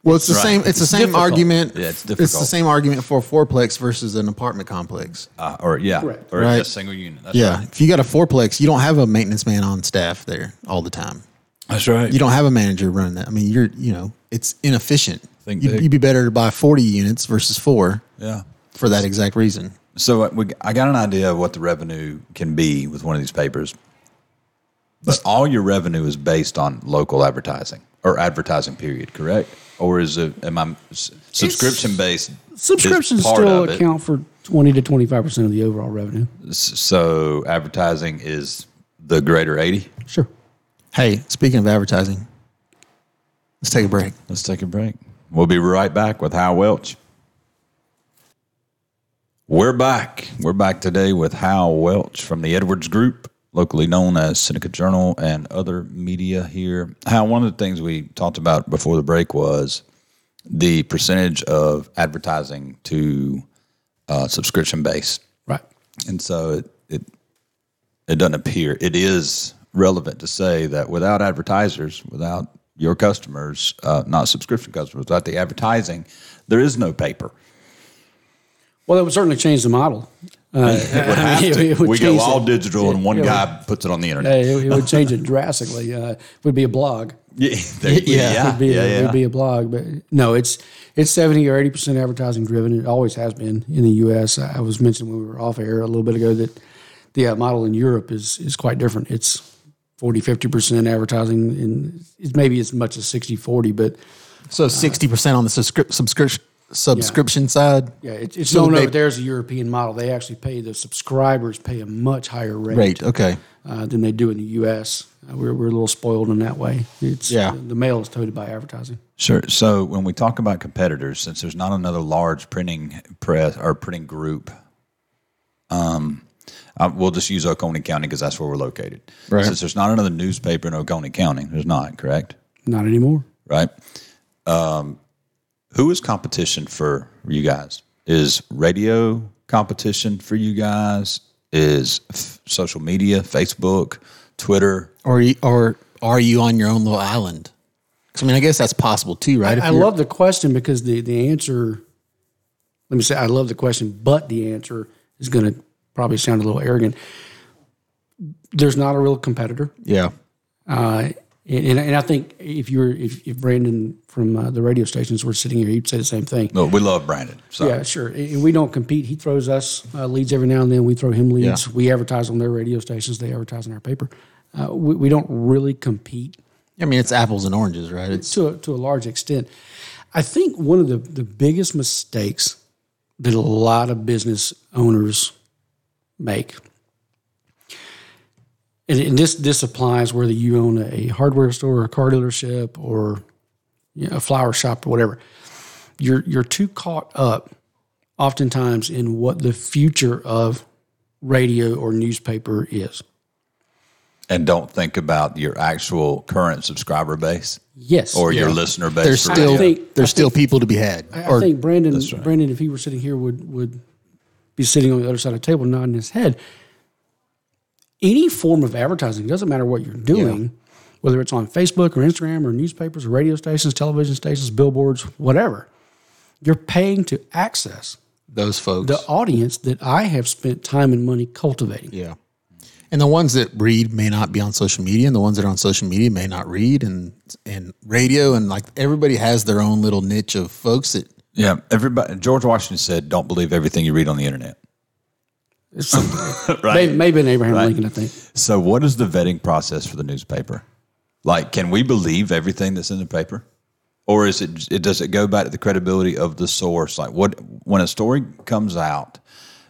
Well, it's the Right. same. It's the It's same difficult. argument. Yeah, it's the difficult. same argument for a fourplex versus an apartment complex. uh, or yeah, Correct. or Right. just single unit. That's yeah, right. if you got a fourplex, you don't have a maintenance man on staff there all the time. that's right. You don't have a manager running that. I mean, you're you know, it's inefficient. Think you'd, big. you'd be better to buy forty units versus four yeah. for that exact reason. So uh, we, I got an idea of what the revenue can be with one of these papers, but all your revenue is based on local advertising or advertising period, correct? Or is it am I subscription based? Subscriptions still account for 20 to 25% of the overall revenue. So advertising is the greater eighty. Sure. Hey, speaking of advertising, let's take a break. Let's take a break. We'll be right back with Hal Welch. We're back. We're back today with Hal Welch from the Edwards Group, locally known as Seneca Journal and other media here. Hal, one of the things we talked about before the break was the percentage of advertising to uh, subscription base. Right. And so it, it it doesn't appear it is relevant to say that without advertisers, without your customers, uh, not subscription customers, without the advertising, there is no paper. Well, that would certainly change the model. Uh, It would I mean, have it- to. it would we go change all it. digital, and one Yeah, it guy puts it on the Uh, internet. it, it would change it drastically. Uh, it would be a blog. Yeah, there- It yeah, would be, yeah, it yeah. would be a blog, but no, it's it's seventy or eighty percent advertising driven. It always has been in the U.S. I I was mentioning when we were off air a little bit ago that the uh, model in Europe is is quite different. It's 40 50 percent advertising, and it's maybe as much as 60 40 But So sixty percent on the subscription subscription subscription side. yeah, it, it's So known they- over there as a European model. They actually pay the subscribers pay a much higher rate. Great. Okay. uh, than they do in the U.S. Uh, we're, we're a little spoiled in that way. It's Yeah. the mail is toted by advertising. Sure. So when we talk about competitors, since there's not another large printing press or printing group, um, I, we'll just use Oconee County because that's where we're located. Right. Since there's not another newspaper in Oconee County, there's not, correct? Not anymore. Right. Um, who is competition for you guys? Is radio competition for you guys? Is f- social media, Facebook, Twitter? Or you- or are you on your own little island? 'Cause, I mean, I guess that's possible too, right? If I you're- love the question because the the answer. Let me say, I love the question, but the answer is going to probably sound a little arrogant. There's not a real competitor, Yeah. uh, and, and and I think if you were if, if Brandon from uh, the radio stations were sitting here, he'd say the same thing. No, we love Brandon. So Yeah, sure. And we don't compete. He throws us uh, leads every now and then. We throw him leads. We advertise on their radio stations. They advertise on our paper. Uh, we, we don't really compete I mean, it's apples and oranges, right? It's to a, to a large extent. I think one of the, the biggest mistakes that a lot of business owners make, and, and this this applies whether you own a hardware store, or a car dealership, or you know, a flower shop, or whatever. You're you're too caught up, oftentimes, in what the future of radio or newspaper is. and don't think about your actual current subscriber base Yes, or your listener base. there's for still radio. think- there's still people to be had. I, I or think Brandon, Brandon, if he were sitting here, would would be sitting on the other side of the table, nodding his head. Any form of advertising doesn't matter what you're doing, whether it's on Facebook or Instagram or newspapers or radio stations, television stations, billboards, whatever. You're paying to access those folks. the audience that I have spent time and money cultivating. yeah. And the ones that read may not be on social media, and the ones that are on social media may not read, and and radio, and like everybody has their own little niche of folks that Yeah, everybody. George Washington said, "Don't believe everything you read on the internet." It's, may- Maybe an Abraham Lincoln, I think. So, what is the vetting process for the newspaper? Like, can we believe everything that's in the paper, or is it, it does it go back to the credibility of the source? Like, what when a story comes out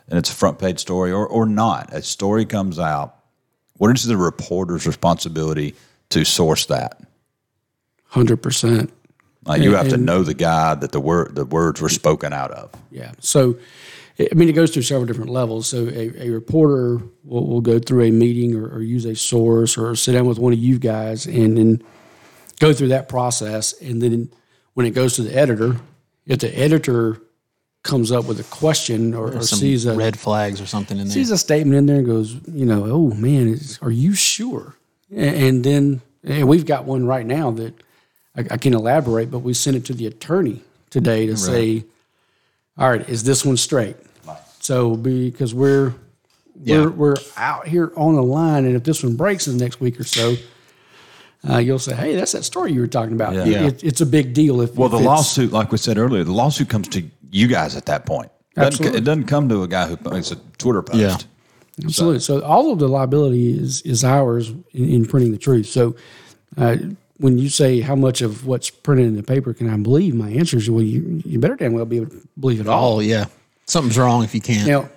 and it's a front page story, or or not, a story comes out, what is the reporter's responsibility to source that? Hundred percent. Like, you have to know the guy that the word the words were spoken out of. Yeah. So, I I mean, it goes through several different levels. So, a, a reporter will, will go through a meeting or, or use a source or sit down with one of you guys and then go through that process. And then when it goes to the editor, if the editor comes up with a question or, or some sees a red flags or something in there. sees a statement in there and goes, you know, oh man, is, are you sure? A- And, then, and we've got one right now that I, I can elaborate, but we sent it to the attorney today to say, all right, is this one straight? So because we're Yeah. we're we're out here on the line, and if this one breaks in the next week or so, uh, you'll say, hey, that's that story you were talking about. It- Yeah. it- it's a big deal. If Well, the if it's- lawsuit, like we said earlier, the lawsuit comes to you guys at that point. Doesn't- Absolutely. It doesn't come to a guy who makes a Twitter post. Yeah. Absolutely. So, all of the liability is is ours in, in printing the truth. So uh, when you say how much of what's printed in the paper can I believe, my answer is well, you you better damn well be able to believe it all. Oh yeah, something's wrong if you can't. Now,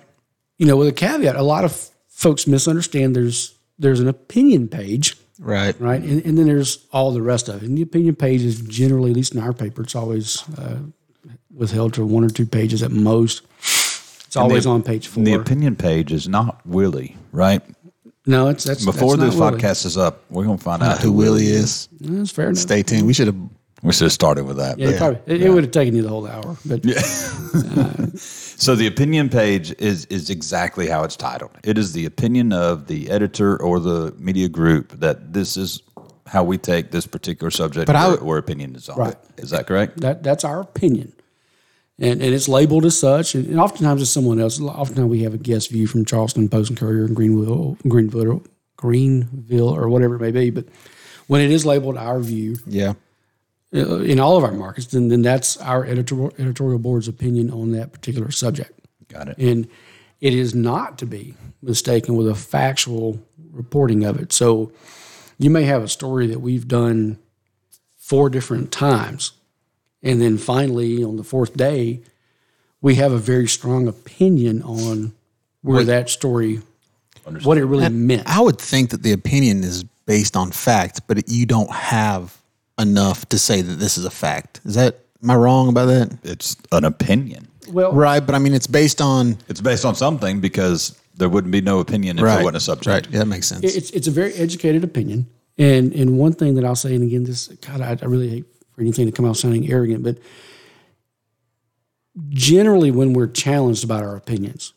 you know, with a caveat, a lot of folks misunderstand. There's there's an opinion page, Right. right, and, and then there's all the rest of it. And the opinion page is generally, at least in our paper, it's always uh, withheld to one or two pages at most. It's always on page four. And the opinion page is not Willie, right? no, it's that's Before that's this not really- podcast is up, we're going to find out uh, Who Willie is? That's fair enough. Stay tuned. We should have. We should have started with that. Yeah, but- it Probably, it, it would have taken you the whole hour. But So the opinion page is is exactly how it's titled. It is the opinion of the editor or the media group that this is how we take this particular subject But I where, would- where opinion is on Right. it. Is that correct? that that's our opinion, and and it's labeled as such. And, and oftentimes it's someone else. Oftentimes we have a guest view from Charleston Post and Courier and Greenville, Greenville, Greenville, or whatever it may be. But when it is labeled our view Yeah. uh, in all of our markets, then then that's our editorial editorial board's opinion on that particular subject. Got it. And it is not to be mistaken with a factual reporting of it. So you may have a story that we've done four different times. And then finally, on the fourth day, we have a very strong opinion on where that story, what it really meant. I would think that the opinion is based on fact, but it, you don't have enough to say that this is a fact. Is that am I wrong about that? It's an opinion. well, Right, but I mean it's based on It's based on something because there wouldn't be no opinion if right. it wasn't a subject. Right. Yeah, that makes sense. It's it's a very educated opinion, and and one thing that I'll say, and again, this God, I, I really hate for anything to come out sounding arrogant, but generally, when we're challenged about our opinions,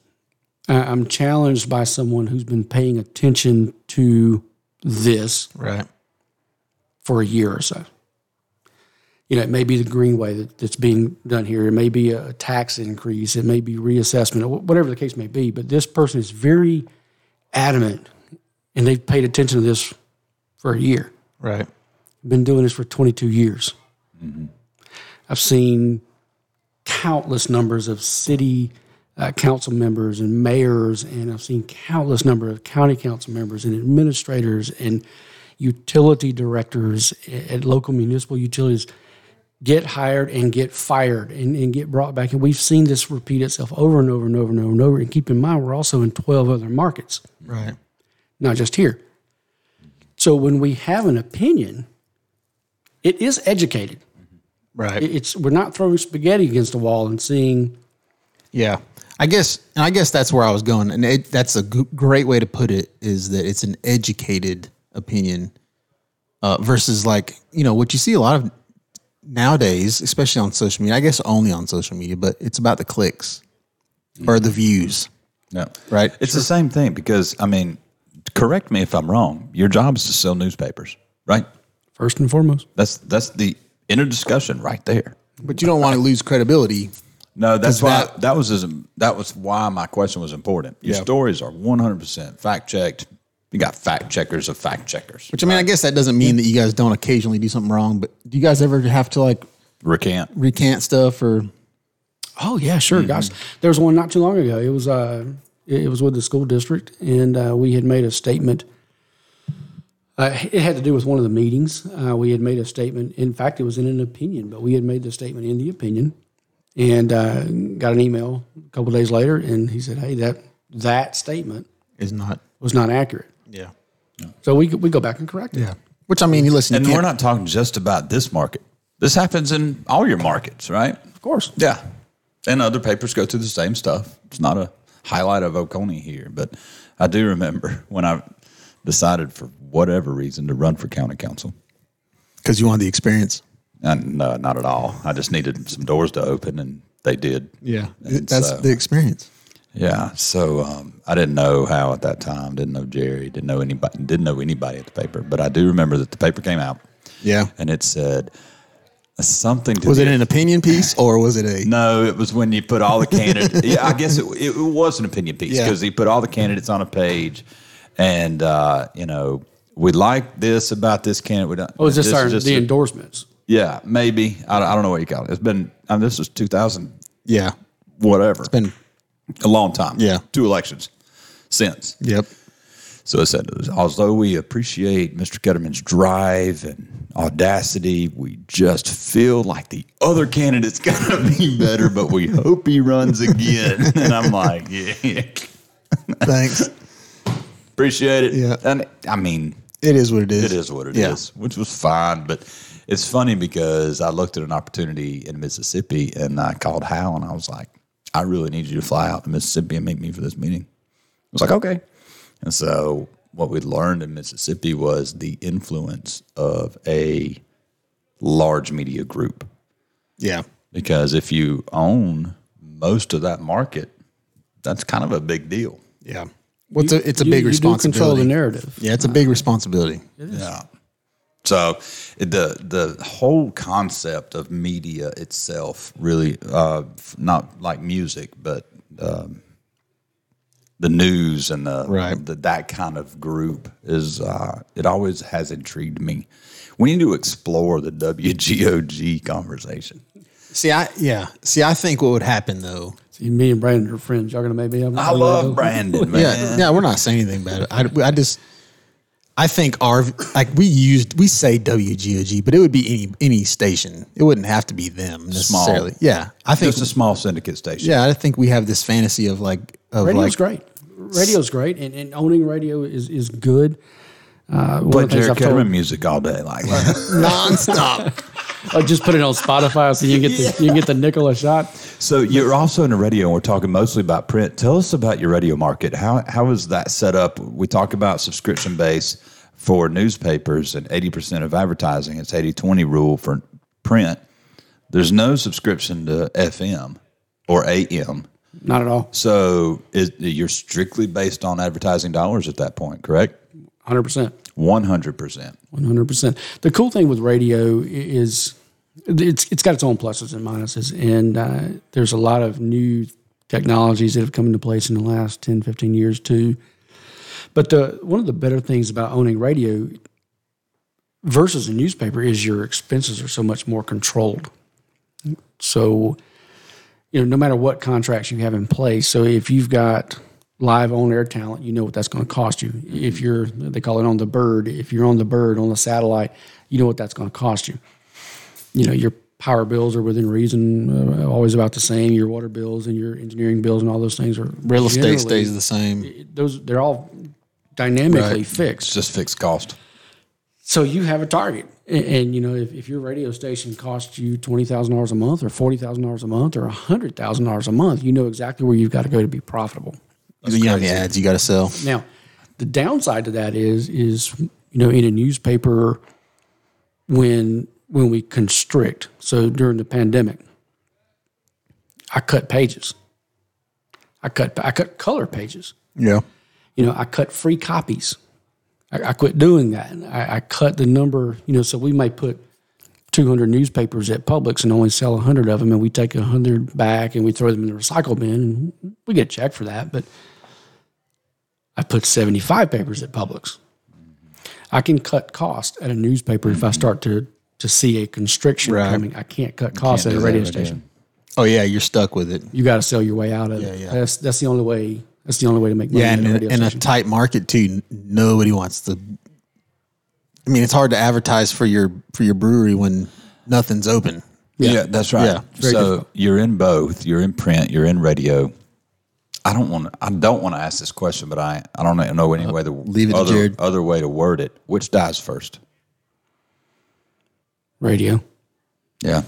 I, I'm challenged by someone who's been paying attention to this right. for a year or so. You know, it may be the greenway that, that's being done here. It may be a tax increase. It may be reassessment, wh- whatever the case may be. But this person is very adamant, and they've paid attention to this for a year. Right. Been doing this for 22 years. I've seen countless numbers of city uh, council members and mayors, and I've seen countless number of county council members and administrators and utility directors a- at local municipal utilities get hired and get fired and, and get brought back. And we've seen this repeat itself over and over and over and over and over. And keep in mind, we're also in 12 other markets Right. not just here. So when we have an opinion, it is educated. Right. It- It's we're not throwing spaghetti against the wall and seeing Yeah, I guess, and I guess that's where I was going, and it, that's a g- great way to put it is that it's an educated opinion uh, versus like you know what you see a lot of nowadays, especially on social media. I guess only on social media, but it's about the clicks or the views, No. right? It's the same thing because I mean, correct me if I'm wrong. Your job is to sell newspapers, right? first and foremost. That's that's the inner discussion right there. But you don't want to lose credibility, No, that's 'Cause why that, that- was as, that was why my question was important. Your Yeah. stories are one hundred percent fact checked. You got fact checkers of fact checkers. which I mean, I guess that doesn't mean that you guys don't occasionally do something wrong. But do you guys ever have to like Recant. recant stuff or Oh yeah, sure, guys. There was one not too long ago. It was uh, it it was with the school district, and uh, we had made a statement. Uh, it had to do with one of the meetings. Uh, we had made a statement. In fact, it was in an opinion, but we had made the statement in the opinion, and uh, got an email a couple days later, and he said, "Hey, that that statement is not? was not accurate." Yeah, So we we go back and correct it. yeah. Which I mean, you listen, you And can't- we're not talking just about this market. This happens in all your markets, right? of course. Yeah. And other papers go through the same stuff. It's not a highlight of Oconee here, but I do remember when I decided for whatever reason to run for county council. because you want the experience. And no, not at all. I just needed some doors to open and they did. And that's so- the experience. Yeah, so um, I didn't know how at that time. Didn't know Jerry. Didn't know anybody. Didn't know anybody at the paper. But I do remember that the paper came out, Yeah. and it said something. To Was the it an opinion piece or was it a? No, it was when you put all the candidates. yeah, I guess it, it was an opinion piece Yeah. because he put all the candidates on a page, and uh, you know we like this about this candidate. We don't, Oh, it's just this is our the a- endorsements. yeah, maybe I, I don't know what you call it. It's been I mean, this is two thousand Yeah. whatever. It's Been. a long time. Yeah. two elections since. Yep. So it said, although we appreciate Mr. Ketterman's drive and audacity, we just feel like the other candidate's got to be better, but we hope he runs again. and I'm like, yeah, Thanks. appreciate it. Yeah. And I mean, It is what it is. it is what it is, Yeah. which was fine. But it's funny because I looked at an opportunity in Mississippi and I called Hal and I was like, I really need you to fly out to Mississippi and meet me for this meeting. I was like, okay. And so what we learned in Mississippi was the influence of a large media group. Yeah. Because if you own most of that market, that's kind of a big deal. Yeah. Well, it's a, it's a You- big you do responsibility. control the narrative. Yeah, it's a big responsibility. Yeah. So the the whole concept of media itself really uh, f- not like music, but um, the news and the, Right. the that kind of group is uh, it always has intrigued me. We need to explore the WGOG conversation. See, I yeah. See, I think what would happen though. See, me and Brandon are friends. Y'all gonna make me up? I love Brandon, man. Yeah, yeah. We're not saying anything about it. I, I just, I think our like we used we say WGOG, but it would be any any station. It wouldn't have to be them Small. necessarily. Yeah, I think. Just a small syndicate station. yeah, I think we have this fantasy of like of Radio's like great. Radio's great, and, and owning radio is is good. Uh, one Play of the things Jerry I've told, Ketterman music all day, like nonstop. oh, just put it on Spotify so you can get the you can get the nickel a shot. So you're also in the radio, and we're talking mostly about print. Tell us about your radio market. How how is that set up? We talk about subscription base for newspapers and 80% of advertising. It's 80-20 rule for print. There's no subscription to FM or AM. Not at all. So is, you're strictly based on advertising dollars at that point, correct? Hundred percent. 100%. One hundred percent. The cool thing with radio i- is it's it's got its own pluses and minuses, and uh, there's a lot of new technologies that have come into place in the last 10, 15 years too. But the one of the better things about owning radio versus a newspaper is your expenses are so much more controlled. So, you know, no matter what contracts you have in place, so if you've got live on air talent, you know what that's going to cost you. Mm-hmm. If you're, they call it on the bird, if you're on the bird, on the satellite, you know what that's going to cost you. You know, your power bills are within reason, uh, always about the same. Your water bills and your engineering bills and all those things are Real estate generally- stays the same. those they're all dynamically Right. It's fixed. just fixed cost. So you have a target, and, and, you know if, if your radio station costs you twenty thousand dollars a month, or forty thousand dollars a month, or hundred thousand dollars a month, you know exactly where you've got to go to be profitable. You know how many ads you got to sell. Now, the downside to that is is you know in a newspaper when when we constrict. So during the pandemic, I cut pages. I cut I cut color pages. Yeah. you know, I cut free copies. I, I quit doing that. I, I cut the number, you know, so we may put 200 newspapers at Publix and only sell 100 of them, and we take 100 back and we throw them in the recycle bin, and we get a check for that. But I put 75 papers at Publix. I can cut cost at a newspaper if I start to to see a constriction Mm-hmm. Right. coming. I can't cut cost at a radio station. Oh yeah, you're stuck with it. You got to sell your way out of it. yeah. That's that's the only way. That's the only way to make money. Yeah, at and a in, radio in a station. tight market too, nobody wants to. I mean, it's hard to advertise for your for your brewery when nothing's open. Yeah, that's right. Yeah. so you're in both. You're in print. You're in radio. I don't want. to. I don't want to ask this question, but I I don't know any way to Uh, leave it to other, Jared. other way to word it. Which dies first? radio. Yeah,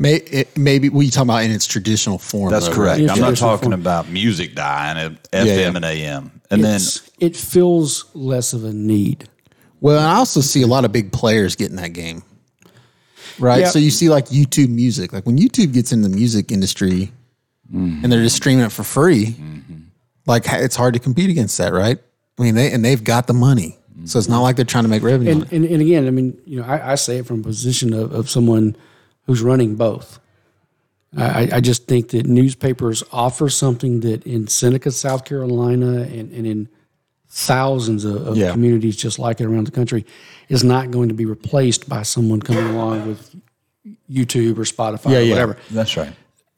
May, it, maybe we talking about in its traditional form. that's though, correct. right? Yeah. I'm not Traditional talking form. about music dying, uh, FM yeah. and AM, and It's- it feels less of a need. Well, and I also see a lot of big players get in that game, right? Yeah. So you see like YouTube Music, like when YouTube gets in the music industry, and they're just streaming it for free, like ha- it's hard to compete against that, right? I mean, they and they've got the money. So it's not like they're trying to make revenue. on it. And, and, and again, I mean, you know, I, I say it from a position of, of someone who's running both. I, I- I just think that newspapers offer something that in Seneca, South Carolina, and, and in thousands of, of Yeah. communities just like it around the country is not going to be replaced by someone coming along with YouTube or Spotify or yeah. whatever. That's right.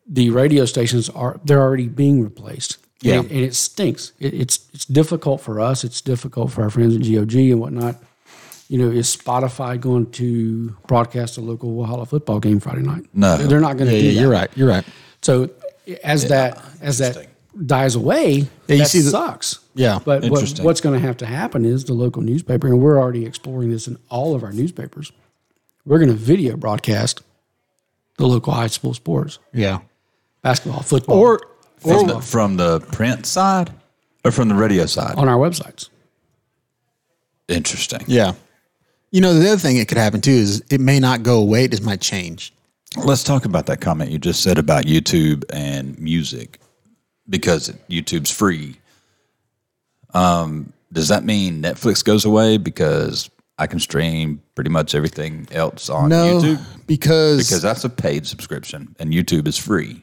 The radio stations are they're already being replaced. Yeah. And it, and it stinks. It, it's it's difficult for us. It's difficult for our friends at GOG and whatnot. You know, is Spotify going to broadcast a local Wahala football game Friday night? No. they're not going to Yeah, do yeah, that. you're right. You're right. So as that as that dies away, you that see the- sucks. Yeah. But what, Interesting. what's going to have to happen is the local newspaper, and we're already exploring this in all of our newspapers. We're going to video broadcast the local high school sports, Yeah. basketball, football, Or, from, the, from the print side or from the radio side? Uh, on our websites. Interesting. Yeah. You know, the other thing that could happen too is it may not go away. It just might change. Let's talk about that comment you just said about YouTube and music because YouTube's free. Um, does that mean Netflix goes away because I can stream pretty much everything else on No, YouTube? because, Because that's a paid subscription and YouTube is free.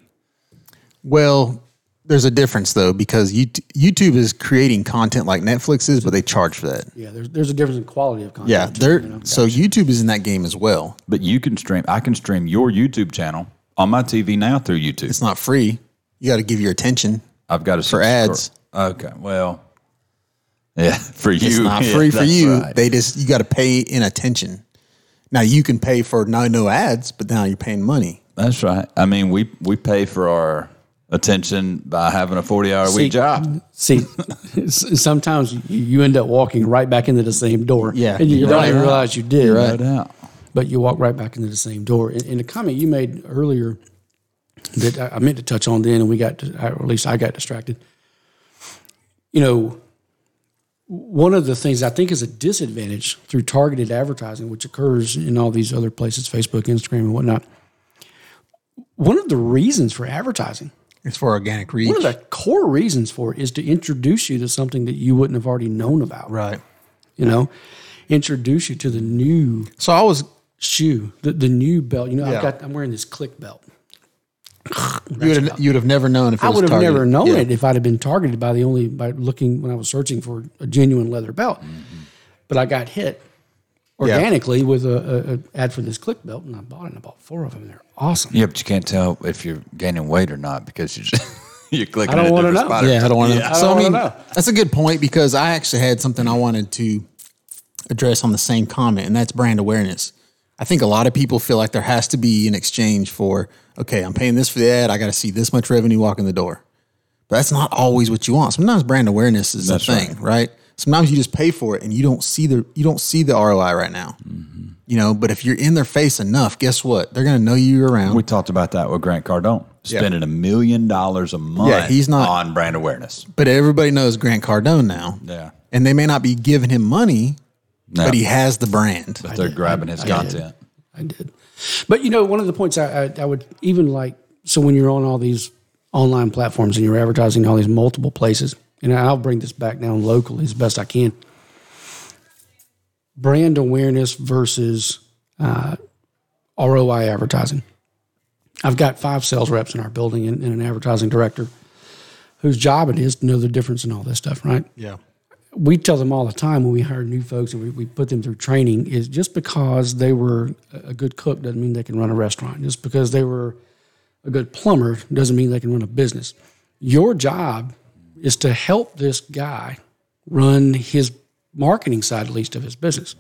well, there's a difference though because Yout- YouTube is creating content like Netflix is, but they charge for that. Yeah, there's there's a difference in quality of content. Yeah, they're so YouTube is in that game as well. But you can stream, I can stream your YouTube channel on my TV now through YouTube. It's not free. You got to give your attention. I've got to for ads. Okay, well, yeah, for you, It's not yeah, free for that's you. right. They just you got to pay in attention. Now you can pay for no no ads, but now you're paying money. That's right. I mean, we we pay for our attention by having a forty hour See- mm, week job. See, s- sometimes you- you end up walking right back into the same door. Yeah, and you you're don't right. even realize you did. No doubt. but you walk right back into the same door. And, and the comment you made earlier that I, I meant to touch on then, and we got, to, or at least I got distracted. You know, one of the things I think is a disadvantage through targeted advertising, which occurs in all these other places, Facebook, Instagram, and whatnot. One of the reasons for advertising, It's for organic reach, one of the core reasons for it, is to introduce you to something that you wouldn't have already known about. right? You know, introduce you to the new So I was shoe, the, the new belt. You know, Yeah. I've got I'm wearing this click belt. you would have, you would have never known if it I was would have targeted. never known Yeah. it if I'd have been targeted by the only by looking when I was searching for a genuine leather belt. Mm-hmm. But I got hit organically with a, a, a ad for this click belt, and I bought it. and I bought four of them. They're awesome. Yeah, but you can't tell if you're gaining weight or not because you just, you're clicking. I don't in a wanna different know. spot. Yeah, I don't want to. Yeah. So I, don't wanna mean, know. that's a good point because I actually had something I wanted to address on the same comment, and that's brand awareness. I think a lot of people feel like there has to be an exchange for okay, I'm paying this for the ad, I got to see this much revenue walk in the door. But that's not always what you want. Sometimes brand awareness is the thing, right. Sometimes you just pay for it and you don't see the you don't see the ROI right now. You know, but if you're in their face enough, guess what? They're going to know you around. We talked about that with Grant Cardone spending a million dollars a month. Yeah, he's not- on brand awareness. but everybody knows Grant Cardone now. Yeah. And they may not be giving him money, No, but he has the brand. but they're grabbing his content. I did. But you know, one of the points I, I, I would even like so when you're on all these online platforms and you're advertising all these multiple places, and I'll bring this back down locally as best I can. Brand awareness versus uh, ROI advertising. I've got five sales reps in our building and, and an advertising director whose job it is to know the difference in all this stuff, right? Yeah. we tell them all the time when we hire new folks and we, we put them through training is just because they were a a good cook doesn't mean they can run a restaurant. Just because they were a good plumber doesn't mean they can run a business. Your job is to help this guy run his marketing side, at least of his business,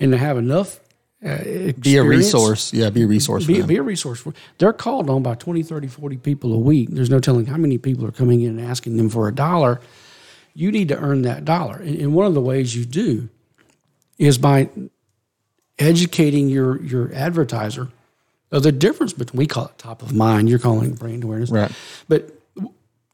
and to have enough uh, Be a experience- resource. Yeah, be a resource for be, them. be a resource for they're called on by 20 30 40 people a week there's no telling how many people are coming in and asking them for a dollar you need to earn that dollar and, and one of the ways you do is by educating your your advertiser of the difference between we call it top of mind you're calling it brand awareness Right. but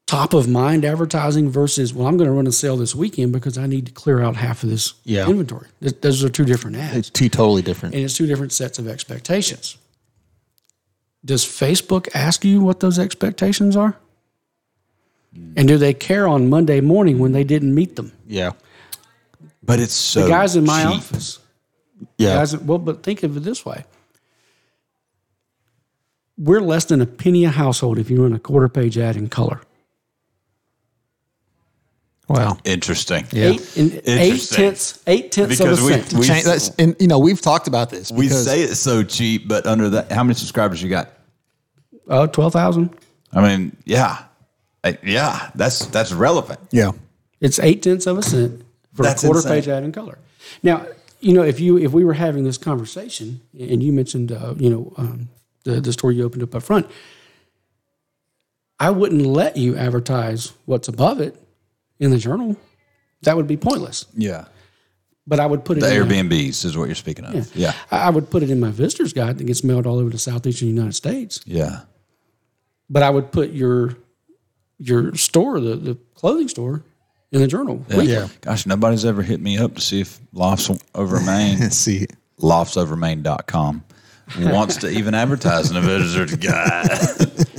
top of mind advertising versus well i'm going to run a sale this weekend because i need to clear out half of this Yeah. inventory Th- those are two different ads It's two totally different. and it's two different sets of expectations. Does Facebook ask you what those expectations are? And do they care on Monday morning when they didn't meet them? yeah. But it's so The guys in my cheap. office. Yeah. Guys, well, but think of it this way. We're less than a penny a household if you run a quarter page ad in color. wow. Interesting. Eight, in, eight Interesting. tenths, eight tenths Because of a we- cent. we- Change, that's, and you know we've talked about this. We because- say it's so cheap, but under that, how many subscribers you got? Uh, 12,000. I mean, yeah, Uh, yeah, that's that's relevant. yeah, It's eight tenths of a cent for That's a quarter insane. page ad in color. Now, you know, if you if we were having this conversation, and you mentioned, uh, you know, um, the the story you opened up up front, I wouldn't let you advertise what's above it in the journal. That would be pointless. Yeah, But I would put it the in my- Airbnbs is what you're speaking of. Yeah, I I would put it in my visitor's guide that gets mailed all over the southeastern United States. yeah, But I would put your your store, the, the clothing store, in the journal. yeah. We- Gosh, nobody's ever hit me up to see if Lofts over Maine, see, loftsovermaine.com wants to even advertise in a visitor's guide.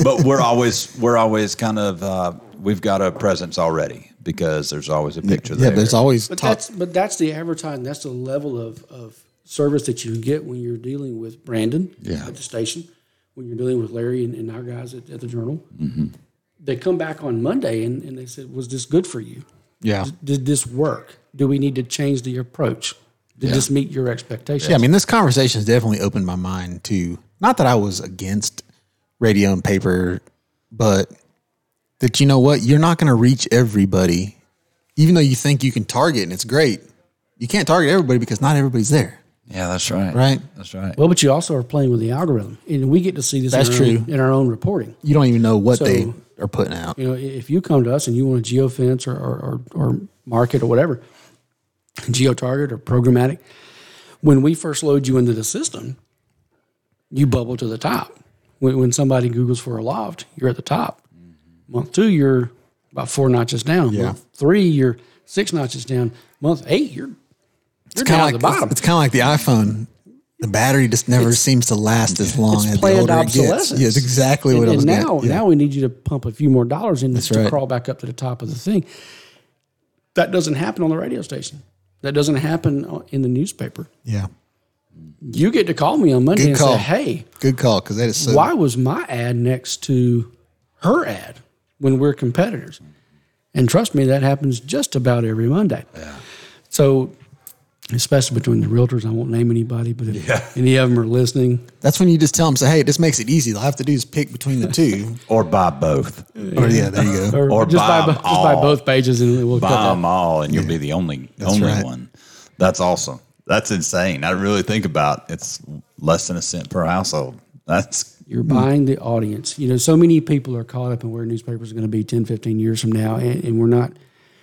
but we're always we're always kind of uh, we've got a presence already because there's always a picture yeah. there. There's always But talk. that's but that's the advertising. That's the level of, of service that you get when you're dealing with Brandon Yeah. at the station, when you're dealing with Larry and, and our guys at, at the Journal. Mm-hmm. They come back on Monday and, and they said, "Was this good for you? Yeah, Did this work? Do we need to change the approach? Did this meet your expectations?" yeah. I mean, this conversation has definitely opened my mind to not that I was against radio and paper, but that you know what, you're not going to reach everybody, even though you think you can target and it's great. You can't target everybody because not everybody's there, yeah, that's right. right? That's right. Well, but you also are playing with the algorithm, and we get to see this. That's in our own- true. in our own reporting. You don't even know what So- they are putting out. You know, i- if you come to us and you want to geofence or or, or or market or whatever, geotarget or programmatic, when we first load you into the system, you bubble to the top. When, when somebody Google's for a loft, you're at the top. Month two, you're about four notches down. Month three, you're six notches down. Month eight, you're you're down kinda at the bottom. It's, kind of like the iPhone. The battery just never seems to last as long as the planned older it gets. obsolescence. Yeah, that's exactly what and, I was and getting- now, yeah. now we need you to pump a few more dollars in to right. crawl back up to the top of the thing. That doesn't happen on the radio station. That doesn't happen on- in the newspaper. yeah, You get to call me on Monday Good and call. say, "Hey, good call because that is so. why was my ad next to her ad when we're competitors?" And trust me, that happens just about every Monday. So, especially between the realtors, I won't name anybody, but if any of them are listening, That's when you just tell them, say, hey, this makes it easy. All I have to do is pick between the two. Or buy both. or yeah, there you go. or, Or just buy 'em buy, bo- just buy all. both pages and we'll buy cut that. them all, and you'll be the only only right. one. That's awesome. That's insane. I really think about it's less than a cent per household. That's Hmm. You're buying the audience. You know, so many people are caught up in where newspapers are going to be 10, 15 years from now, and, and we're not.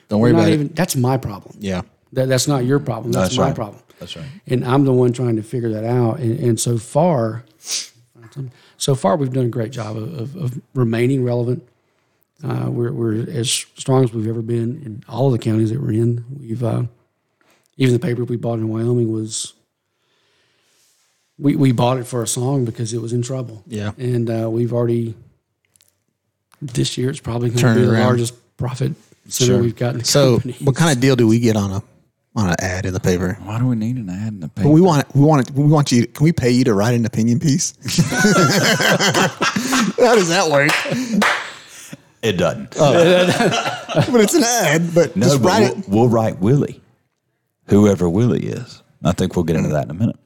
Don't We're worry not about even. it. That's my problem. Yeah, That, that's not your problem. That's, That's my right. problem. that's right. And I'm the one trying to figure that out. And, and so far, so far we've done a great job of, of, of remaining relevant. Uh, we're, we're as strong as we've ever been in all of the counties that we're in. We've uh, even the paper we bought in Wyoming was we, we bought it for a song because it was in trouble. Yeah. and uh, we've already this year it's probably going Turn to it be the around. largest profit center we've gotten. the So, company. what kind of deal do we get on a on an ad in the paper? Why do we need an ad in the paper? But we want we want it, we want you. Can we pay you to write an opinion piece? How does that work? it doesn't. But it's an ad. But no, Oh, just but write we'll, it. we'll write Willie, whoever Willie is. I think we'll get into that in a minute.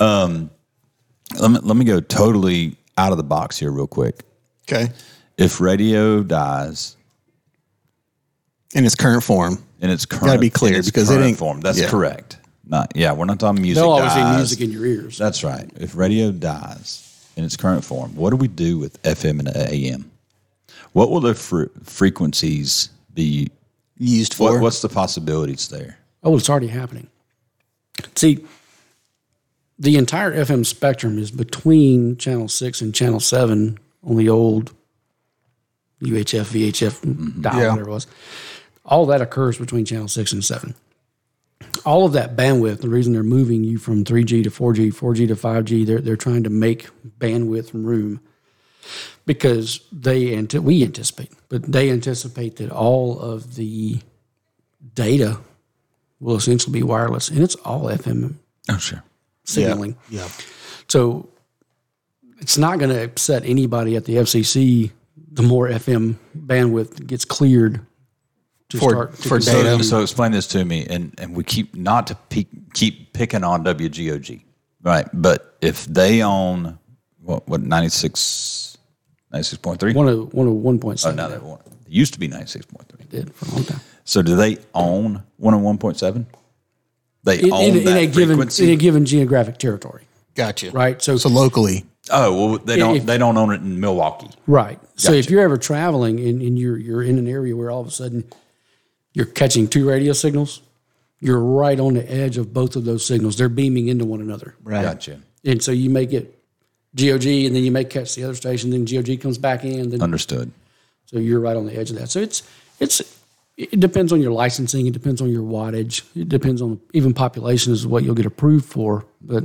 Um, let me let me go totally out of the box here real quick. Okay, If radio dies in its current form. in its current, be clear, in its because it current ain't- form, that's yeah. correct. Not yeah, we're not talking music. There'll always be dies. music in your ears. That's right. If radio dies in its current form, what do we do with FM and AM? What will the fre- frequencies be? Used for What, what's the possibilities there? Oh, it's already happening. See, the entire FM spectrum is between Channel 6 and Channel 7 on the old UHF, VHF dial, Yeah. whatever it was. All that occurs between Channel 6 and 7. All of that bandwidth, the reason they're moving you from 3G to 4G, 4G to 5G, they're, they're trying to make bandwidth room because they ante- we anticipate, but they anticipate that all of the data will essentially be wireless, and it's all FM Oh, sure. signaling. Yeah. So it's not going to upset anybody at the FCC. The more FM bandwidth gets cleared to For- start to for consume. data. So, so explain this to me, and, and we keep not to pe- keep picking on WGOG, right? But if they own what what 96, 96.3? One of one of one point Oh, seven. no, they won't. It used to be ninety six point three. did for a long time. So do they own one hundred one point seven? They In, own in, in that a given frequency. in a given geographic territory, Gotcha. right? So, So locally, oh well, they don't. if- they don't own it in Milwaukee. right. So if you're ever traveling and, and you're you're in an area where all of a sudden you're catching two radio signals, you're right on the edge of both of those signals. They're beaming into one another. right? Gotcha. And so you may get GOG, and then you may catch the other station. Then GOG comes back in. Then, Understood. so you're right on the edge of that. So it's it's it depends on your licensing. It depends on your wattage. It depends on even population is what you'll get approved for. But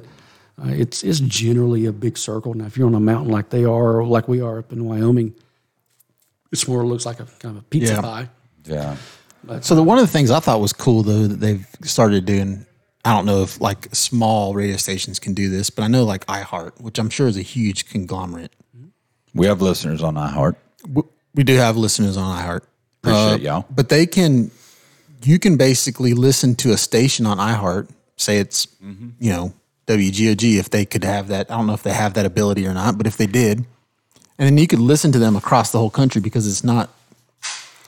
uh, it's it's generally a big circle. Now, if you're on a mountain like they are, or like we are up in Wyoming, it's more looks like a kind of a pizza Yeah. pie. Yeah. So the one of the things I thought was cool though that they've started doing. I don't know if like small radio stations can do this, but I know like iHeart, which I'm sure is a huge conglomerate. We have listeners on iHeart. W- We do have listeners on iHeart. Uh, Appreciate y'all. But they can, you can basically listen to a station on iHeart. Say it's, you know, WGOG. If they could have that, I don't know if they have that ability or not, but if they did, and then you could listen to them across the whole country because it's not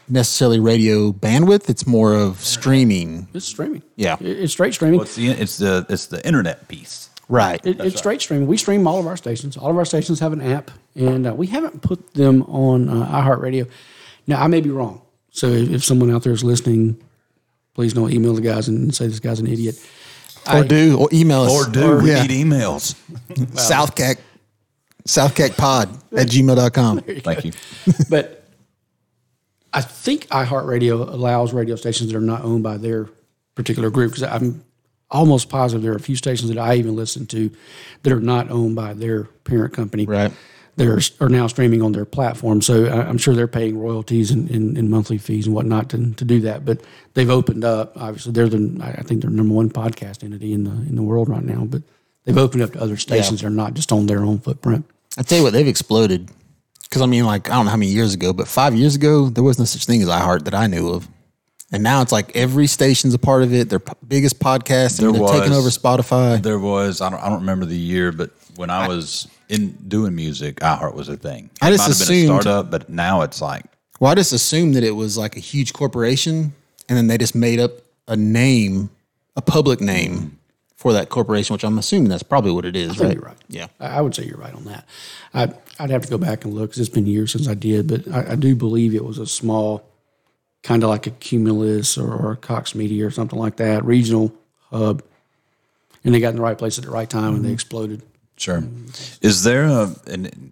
necessarily radio bandwidth. It's more of streaming. It's streaming. Yeah. It- it's straight streaming. Well, it's the it's the it's the internet piece. Right. It, it's straight streaming. We stream all of our stations. All of our stations have an app, and uh, we haven't put them on uh, iHeartRadio. Now, I may be wrong. So if, if someone out there is listening, please don't email the guys and say this guy's an idiot. or do or email us Or do we yeah. need emails? southcac southcacpod at gmail.com Thank you. But I think iHeartRadio allows radio stations that are not owned by their particular group because I'm almost positive there are a few stations that I even listen to that are not owned by their parent company. Right. That are, are now streaming on their platform. So I, I'm sure they're paying royalties and, and, and monthly fees and whatnot to, to do that. But they've opened up, obviously, they're the, I I think they're number one podcast entity in the, in the world right now. But they've opened up to other stations that are not just on their own footprint. i tell you what they've exploded because i mean like i don't know how many years ago but five years ago there was no such thing as iheart that i knew of and now it's like every station's a part of it their p- biggest podcast and There they're taking over was- spotify There was I don't I don't remember the year, but when I was in doing music, iHeart was a thing. I It just might have been a assumed- startup, but now it's like well i just assumed that it was like a huge corporation and then they just made up a name a public name for that corporation which i'm assuming that's probably what it is right? you're right. yeah I I would say you're right on that. I, I'd have to go back and look 'cause it's been years since I did, but I, I do believe it was a small, kind of like a Cumulus or, or a Cox Media or something like that, regional hub. And they got in the right place at the right time Mm-hmm. and they exploded. Sure. Is there a an,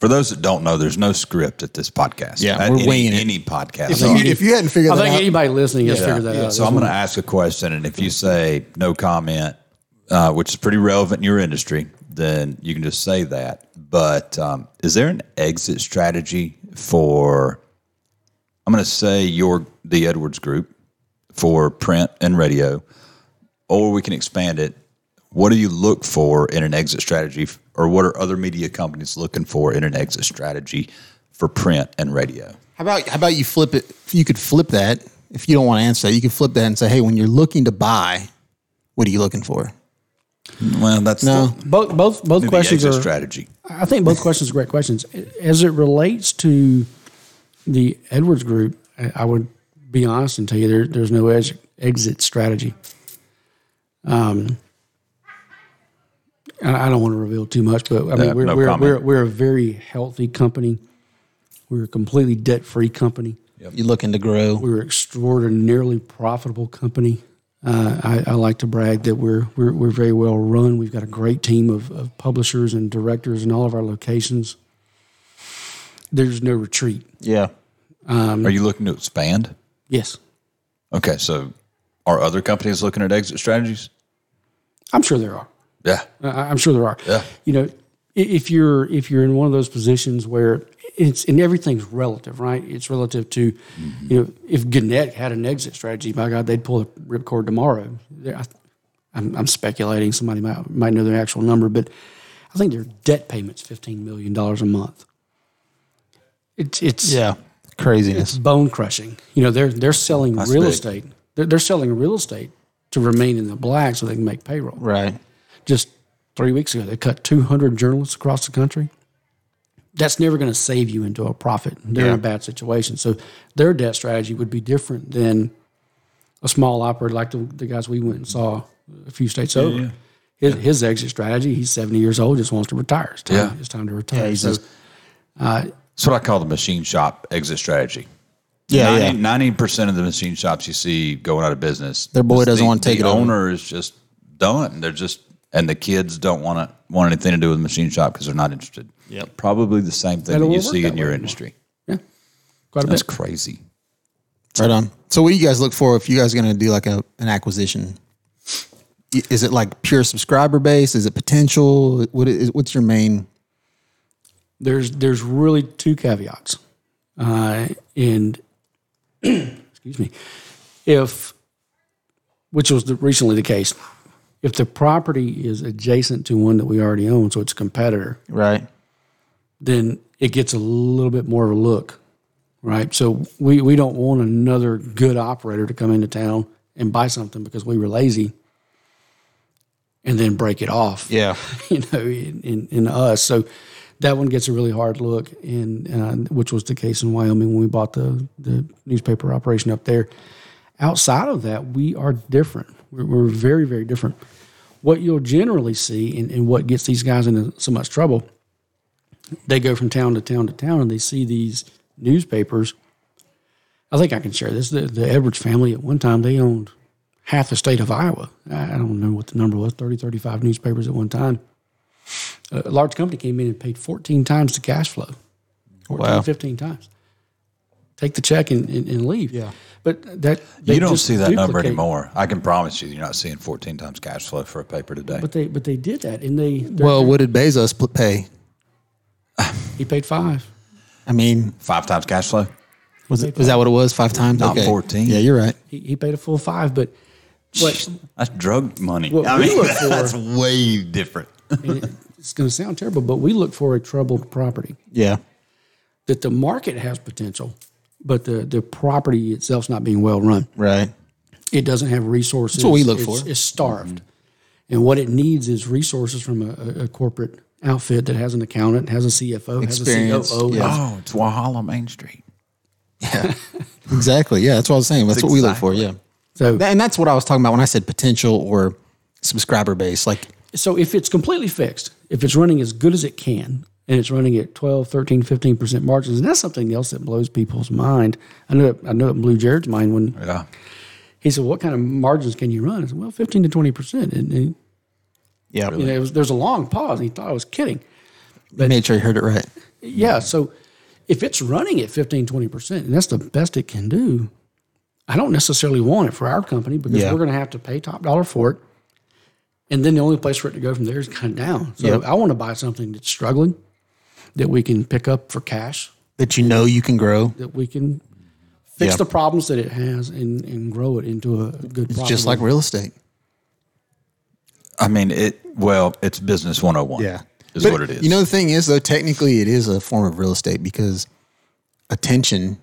for those that don't know? There's no script at this podcast. Yeah, At we're any, winging it. any podcast. if you, if you hadn't figured I that think out anybody listening has figured that Yeah, out. So I'm going to ask a question, and if you say no comment, uh, which is pretty relevant in your industry, then you can just say that. But um, is there an exit strategy for? I'm going to say your the Edwards Group for print and radio, or we can expand it. What do you look for in an exit strategy, f- or what are other media companies looking for in an exit strategy for print and radio? How about how about you flip it? If you could flip that, if you don't want to answer that, you could flip that and say, "Hey, when you're looking to buy, what are you looking for?" Well, that's No. both both both the, the questions exit are strategy. I think both questions are great questions. As it relates to the Edwards Group, I I would be honest and tell you there, there's no ex- exit strategy. Um, and I don't want to reveal too much, but I mean, Uh, we're, no we're, comment. we're, we're a very healthy company. We're a completely debt free company. You're looking to grow. We're an extraordinarily profitable company. Uh, I, I like to brag that we're, we're we're very well run. We've got a great team of, of publishers and directors in all of our locations. There's no retreat. Yeah, Are you looking to expand? Yes, Okay, so are other companies looking at exit strategies? I'm sure there are. Yeah. I- I'm sure there are. Yeah. You know, i- if you're if you're in one of those positions where it's and everything's relative, right? It's relative to, you know, if Gannett had an exit strategy, by God, they'd pull the ripcord tomorrow. They're- I, I'm, I'm speculating. Somebody might might know their actual number, but I think their debt payments fifteen million dollars a month. It's it's Yeah. Craziness. bone crushing. You know, they're they're selling real big. estate. They're, they're selling real estate to remain in the black so they can make payroll Right. just three weeks ago, they cut 200 journalists across the country. That's never going to save you into a profit. They're in a bad situation. So their debt strategy would be different than a small operator like the, the guys we went and saw a few states over. His, his exit strategy, he's 70 years old, just wants to retire. It's time, Yeah. it's time to retire. he's so just- That's what I call the machine shop exit strategy. Yeah. yeah. 90 percent of the machine shops you see going out of business. Their boy is doesn't the- wanna take the it over. owner is just done. They're just and the kids don't want to want anything to do with the machine shop because they're not interested. Yeah, probably the same thing That'll that you work see that in your way. industry. yeah, quite a That's bit. crazy. Right on. So, what do you guys look for if you guys are going to do like a, an acquisition? Y- Is it like pure subscriber base? Is it potential? What is, what's your main? there's there's really two caveats, uh, and excuse me, if which was the, recently the case, if the property is adjacent to one that we already own, so it's a competitor, Right. then it gets a little bit more of a look, right? So we we don't want another good operator to come into town and buy something because we were lazy, and then break it off Yeah. you know, in, in, in us. So that one gets a really hard look, and uh, which was the case in Wyoming when we bought the the newspaper operation up there. Outside of that, we are different. We're, we're very very different. What you'll generally see, and, and what gets these guys into so much trouble, they go from town to town to town, and they see these newspapers. I think I can share this. The, the Edwards family at one time they owned half the state of Iowa. I I don't know what the number was 30, 35 newspapers at one time. A large company came in and paid 14 times the cash flow, 14, 15 times. Take the check and, and, and leave. Yeah. But that they you don't just see that number duplicate- anymore. I can promise you, you're not seeing 14 times cash flow for a paper today. But they but they did that and they they're- Well, what did Bezos pl- pay? he paid five. I mean, Five times cash flow. was it was that what it was? Five times? Not 14. Yeah, you're right. He, he paid a full five, but what That's drug money. What I we mean, look for- that's way different. and it- it's going to sound terrible, but we look for a troubled property. Yeah. that the market has potential, but the, the property itself's not being well run. Right. It doesn't have resources. That's what we look it's, for. It's starved. And what it needs is resources from a, a, a corporate outfit that has an accountant, has a CFO, Experience, has a COO. yeah. has- Oh, it's Wahala Main Street. Exactly. Yeah, that's what I was saying. That's, what we look for. So, Yeah. That- And that's what I was talking about when I said potential or subscriber base. Like, so if it's completely fixed, if it's running as good as it can, and it's running at 12, 13, 15% margins, and that's something else that blows people's mind. I know it, I know it blew Jared's mind when Yeah. he said, What kind of margins can you run? I said, Well, 15 to 20%. And, and yeah, you know, it was, there was a long pause, and he thought I was kidding. made sure you heard it right. Yeah. So if it's running at 15, 20%, and that's the best it can do, I don't necessarily want it for our company because Yeah. we're going to have to pay top dollar for it. And then the only place for it to go from there is kind of down. So I want to buy something that's struggling that we can pick up for cash, That you know you can grow. that we can fix Yeah. the problems that it has and, and grow it into a good It's just like real estate. I mean, it, well, it's business 101. Is But what it is. You know, the thing is, though, technically it is a form of real estate because attention,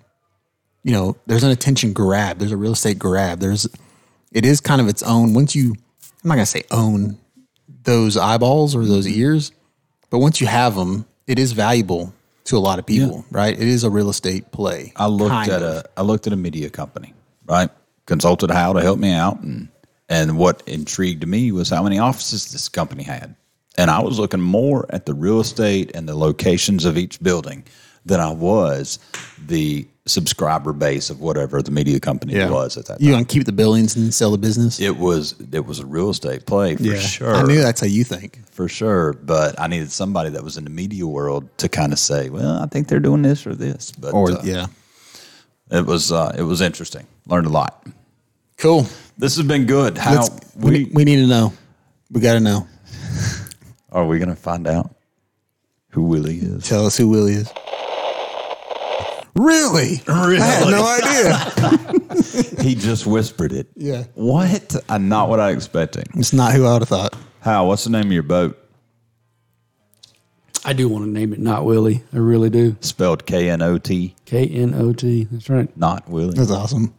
you know, there's an attention grab, there's a real estate grab. There's, it is kind of its own. Once you, I'm not going to say own those eyeballs or Mm-hmm. those ears, but once you have them, it is valuable to a lot of people, right? It is a real estate play. I looked kind at of. a I looked at a media company, right? Consulted Hal to help me out, and and what intrigued me was how many offices this company had, and I was looking more at the real estate and the locations of each building than I was the subscriber base of whatever the media company was at that time. You going to keep the buildings and sell the business? It was it was a real estate play for sure I knew that's how you think. for sure. But I needed somebody that was in the media world to kind of say, well, I think they're doing this or this. But Or, uh, yeah. it was uh, it was interesting. Learned a lot. Cool. This has been good. How Let's, we, we, we need to know. We got to know. are we going to find out who Willie is? Tell us who Willie is. Really? Really? I had no idea. He just whispered it. Yeah. What? Uh, not what I was expecting. it's not who I would have thought. How? What's the name of your boat? I do want to name it Not Willie. I really do. Spelled K N O T, K N O T. That's right. not Willie. That's awesome.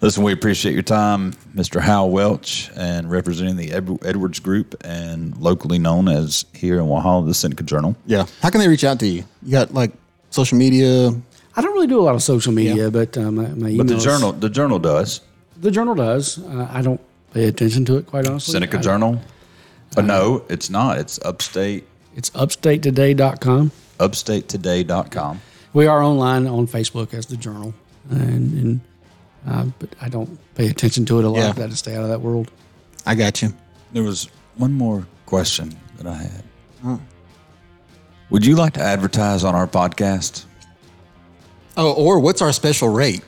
Listen, we appreciate your time, Mr. Hal Welch, and representing the Ed- Edwards Group and locally known as here in Wahal, the Seneca Journal. Yeah. How can they reach out to you? You got like social media. I don't really do a lot of social media, but uh, my, my email. But the journal, the journal does The journal does. Uh, I don't pay attention to it quite honestly. Seneca I- Journal. Uh, no, it's not. It's upstate It's upstatetoday.com. upstatetoday.com. We are online on Facebook as the journal, and, and uh, but I don't pay attention to it a lot. Yeah. I gotta stay out of that world. I got you. There was one more question that I had. Would you like to advertise on our podcast? Oh, or what's our special rate?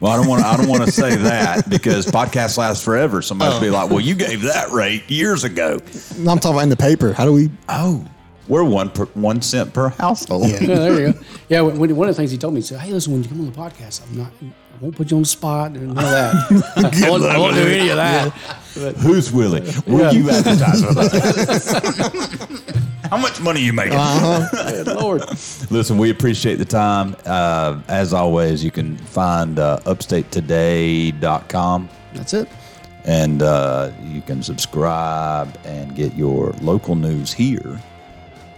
Well, I don't want. I don't want to say that because podcasts last forever. Somebody will be like, "Well, you gave that rate years ago." No, I'm talking about in the paper. How do we? Oh, we're one per, one cent per household. Yeah, there you go. Yeah, when, when- one of the things he told me, he said, "Hey, listen, when you come on the podcast, I'm not, I won't put you on the spot and all that. I, won't, I won't do any of that." Who's Willie? Will you advertise with us? How much money you making? Good Lord, Listen, we appreciate the time. Uh, as always, you can find uh, upstatetoday.com that's it. and uh, you can subscribe and get your local news here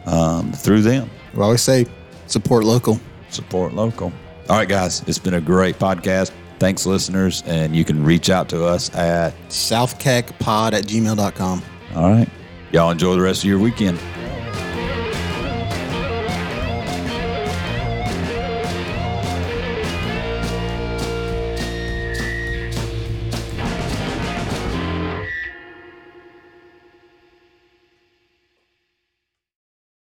um, through them. We always say support local. Support local. All right, guys, it's been a great podcast. Thanks, listeners. And you can reach out to us at, Southcackpod at gmail.com. all right, y'all enjoy the rest of your weekend.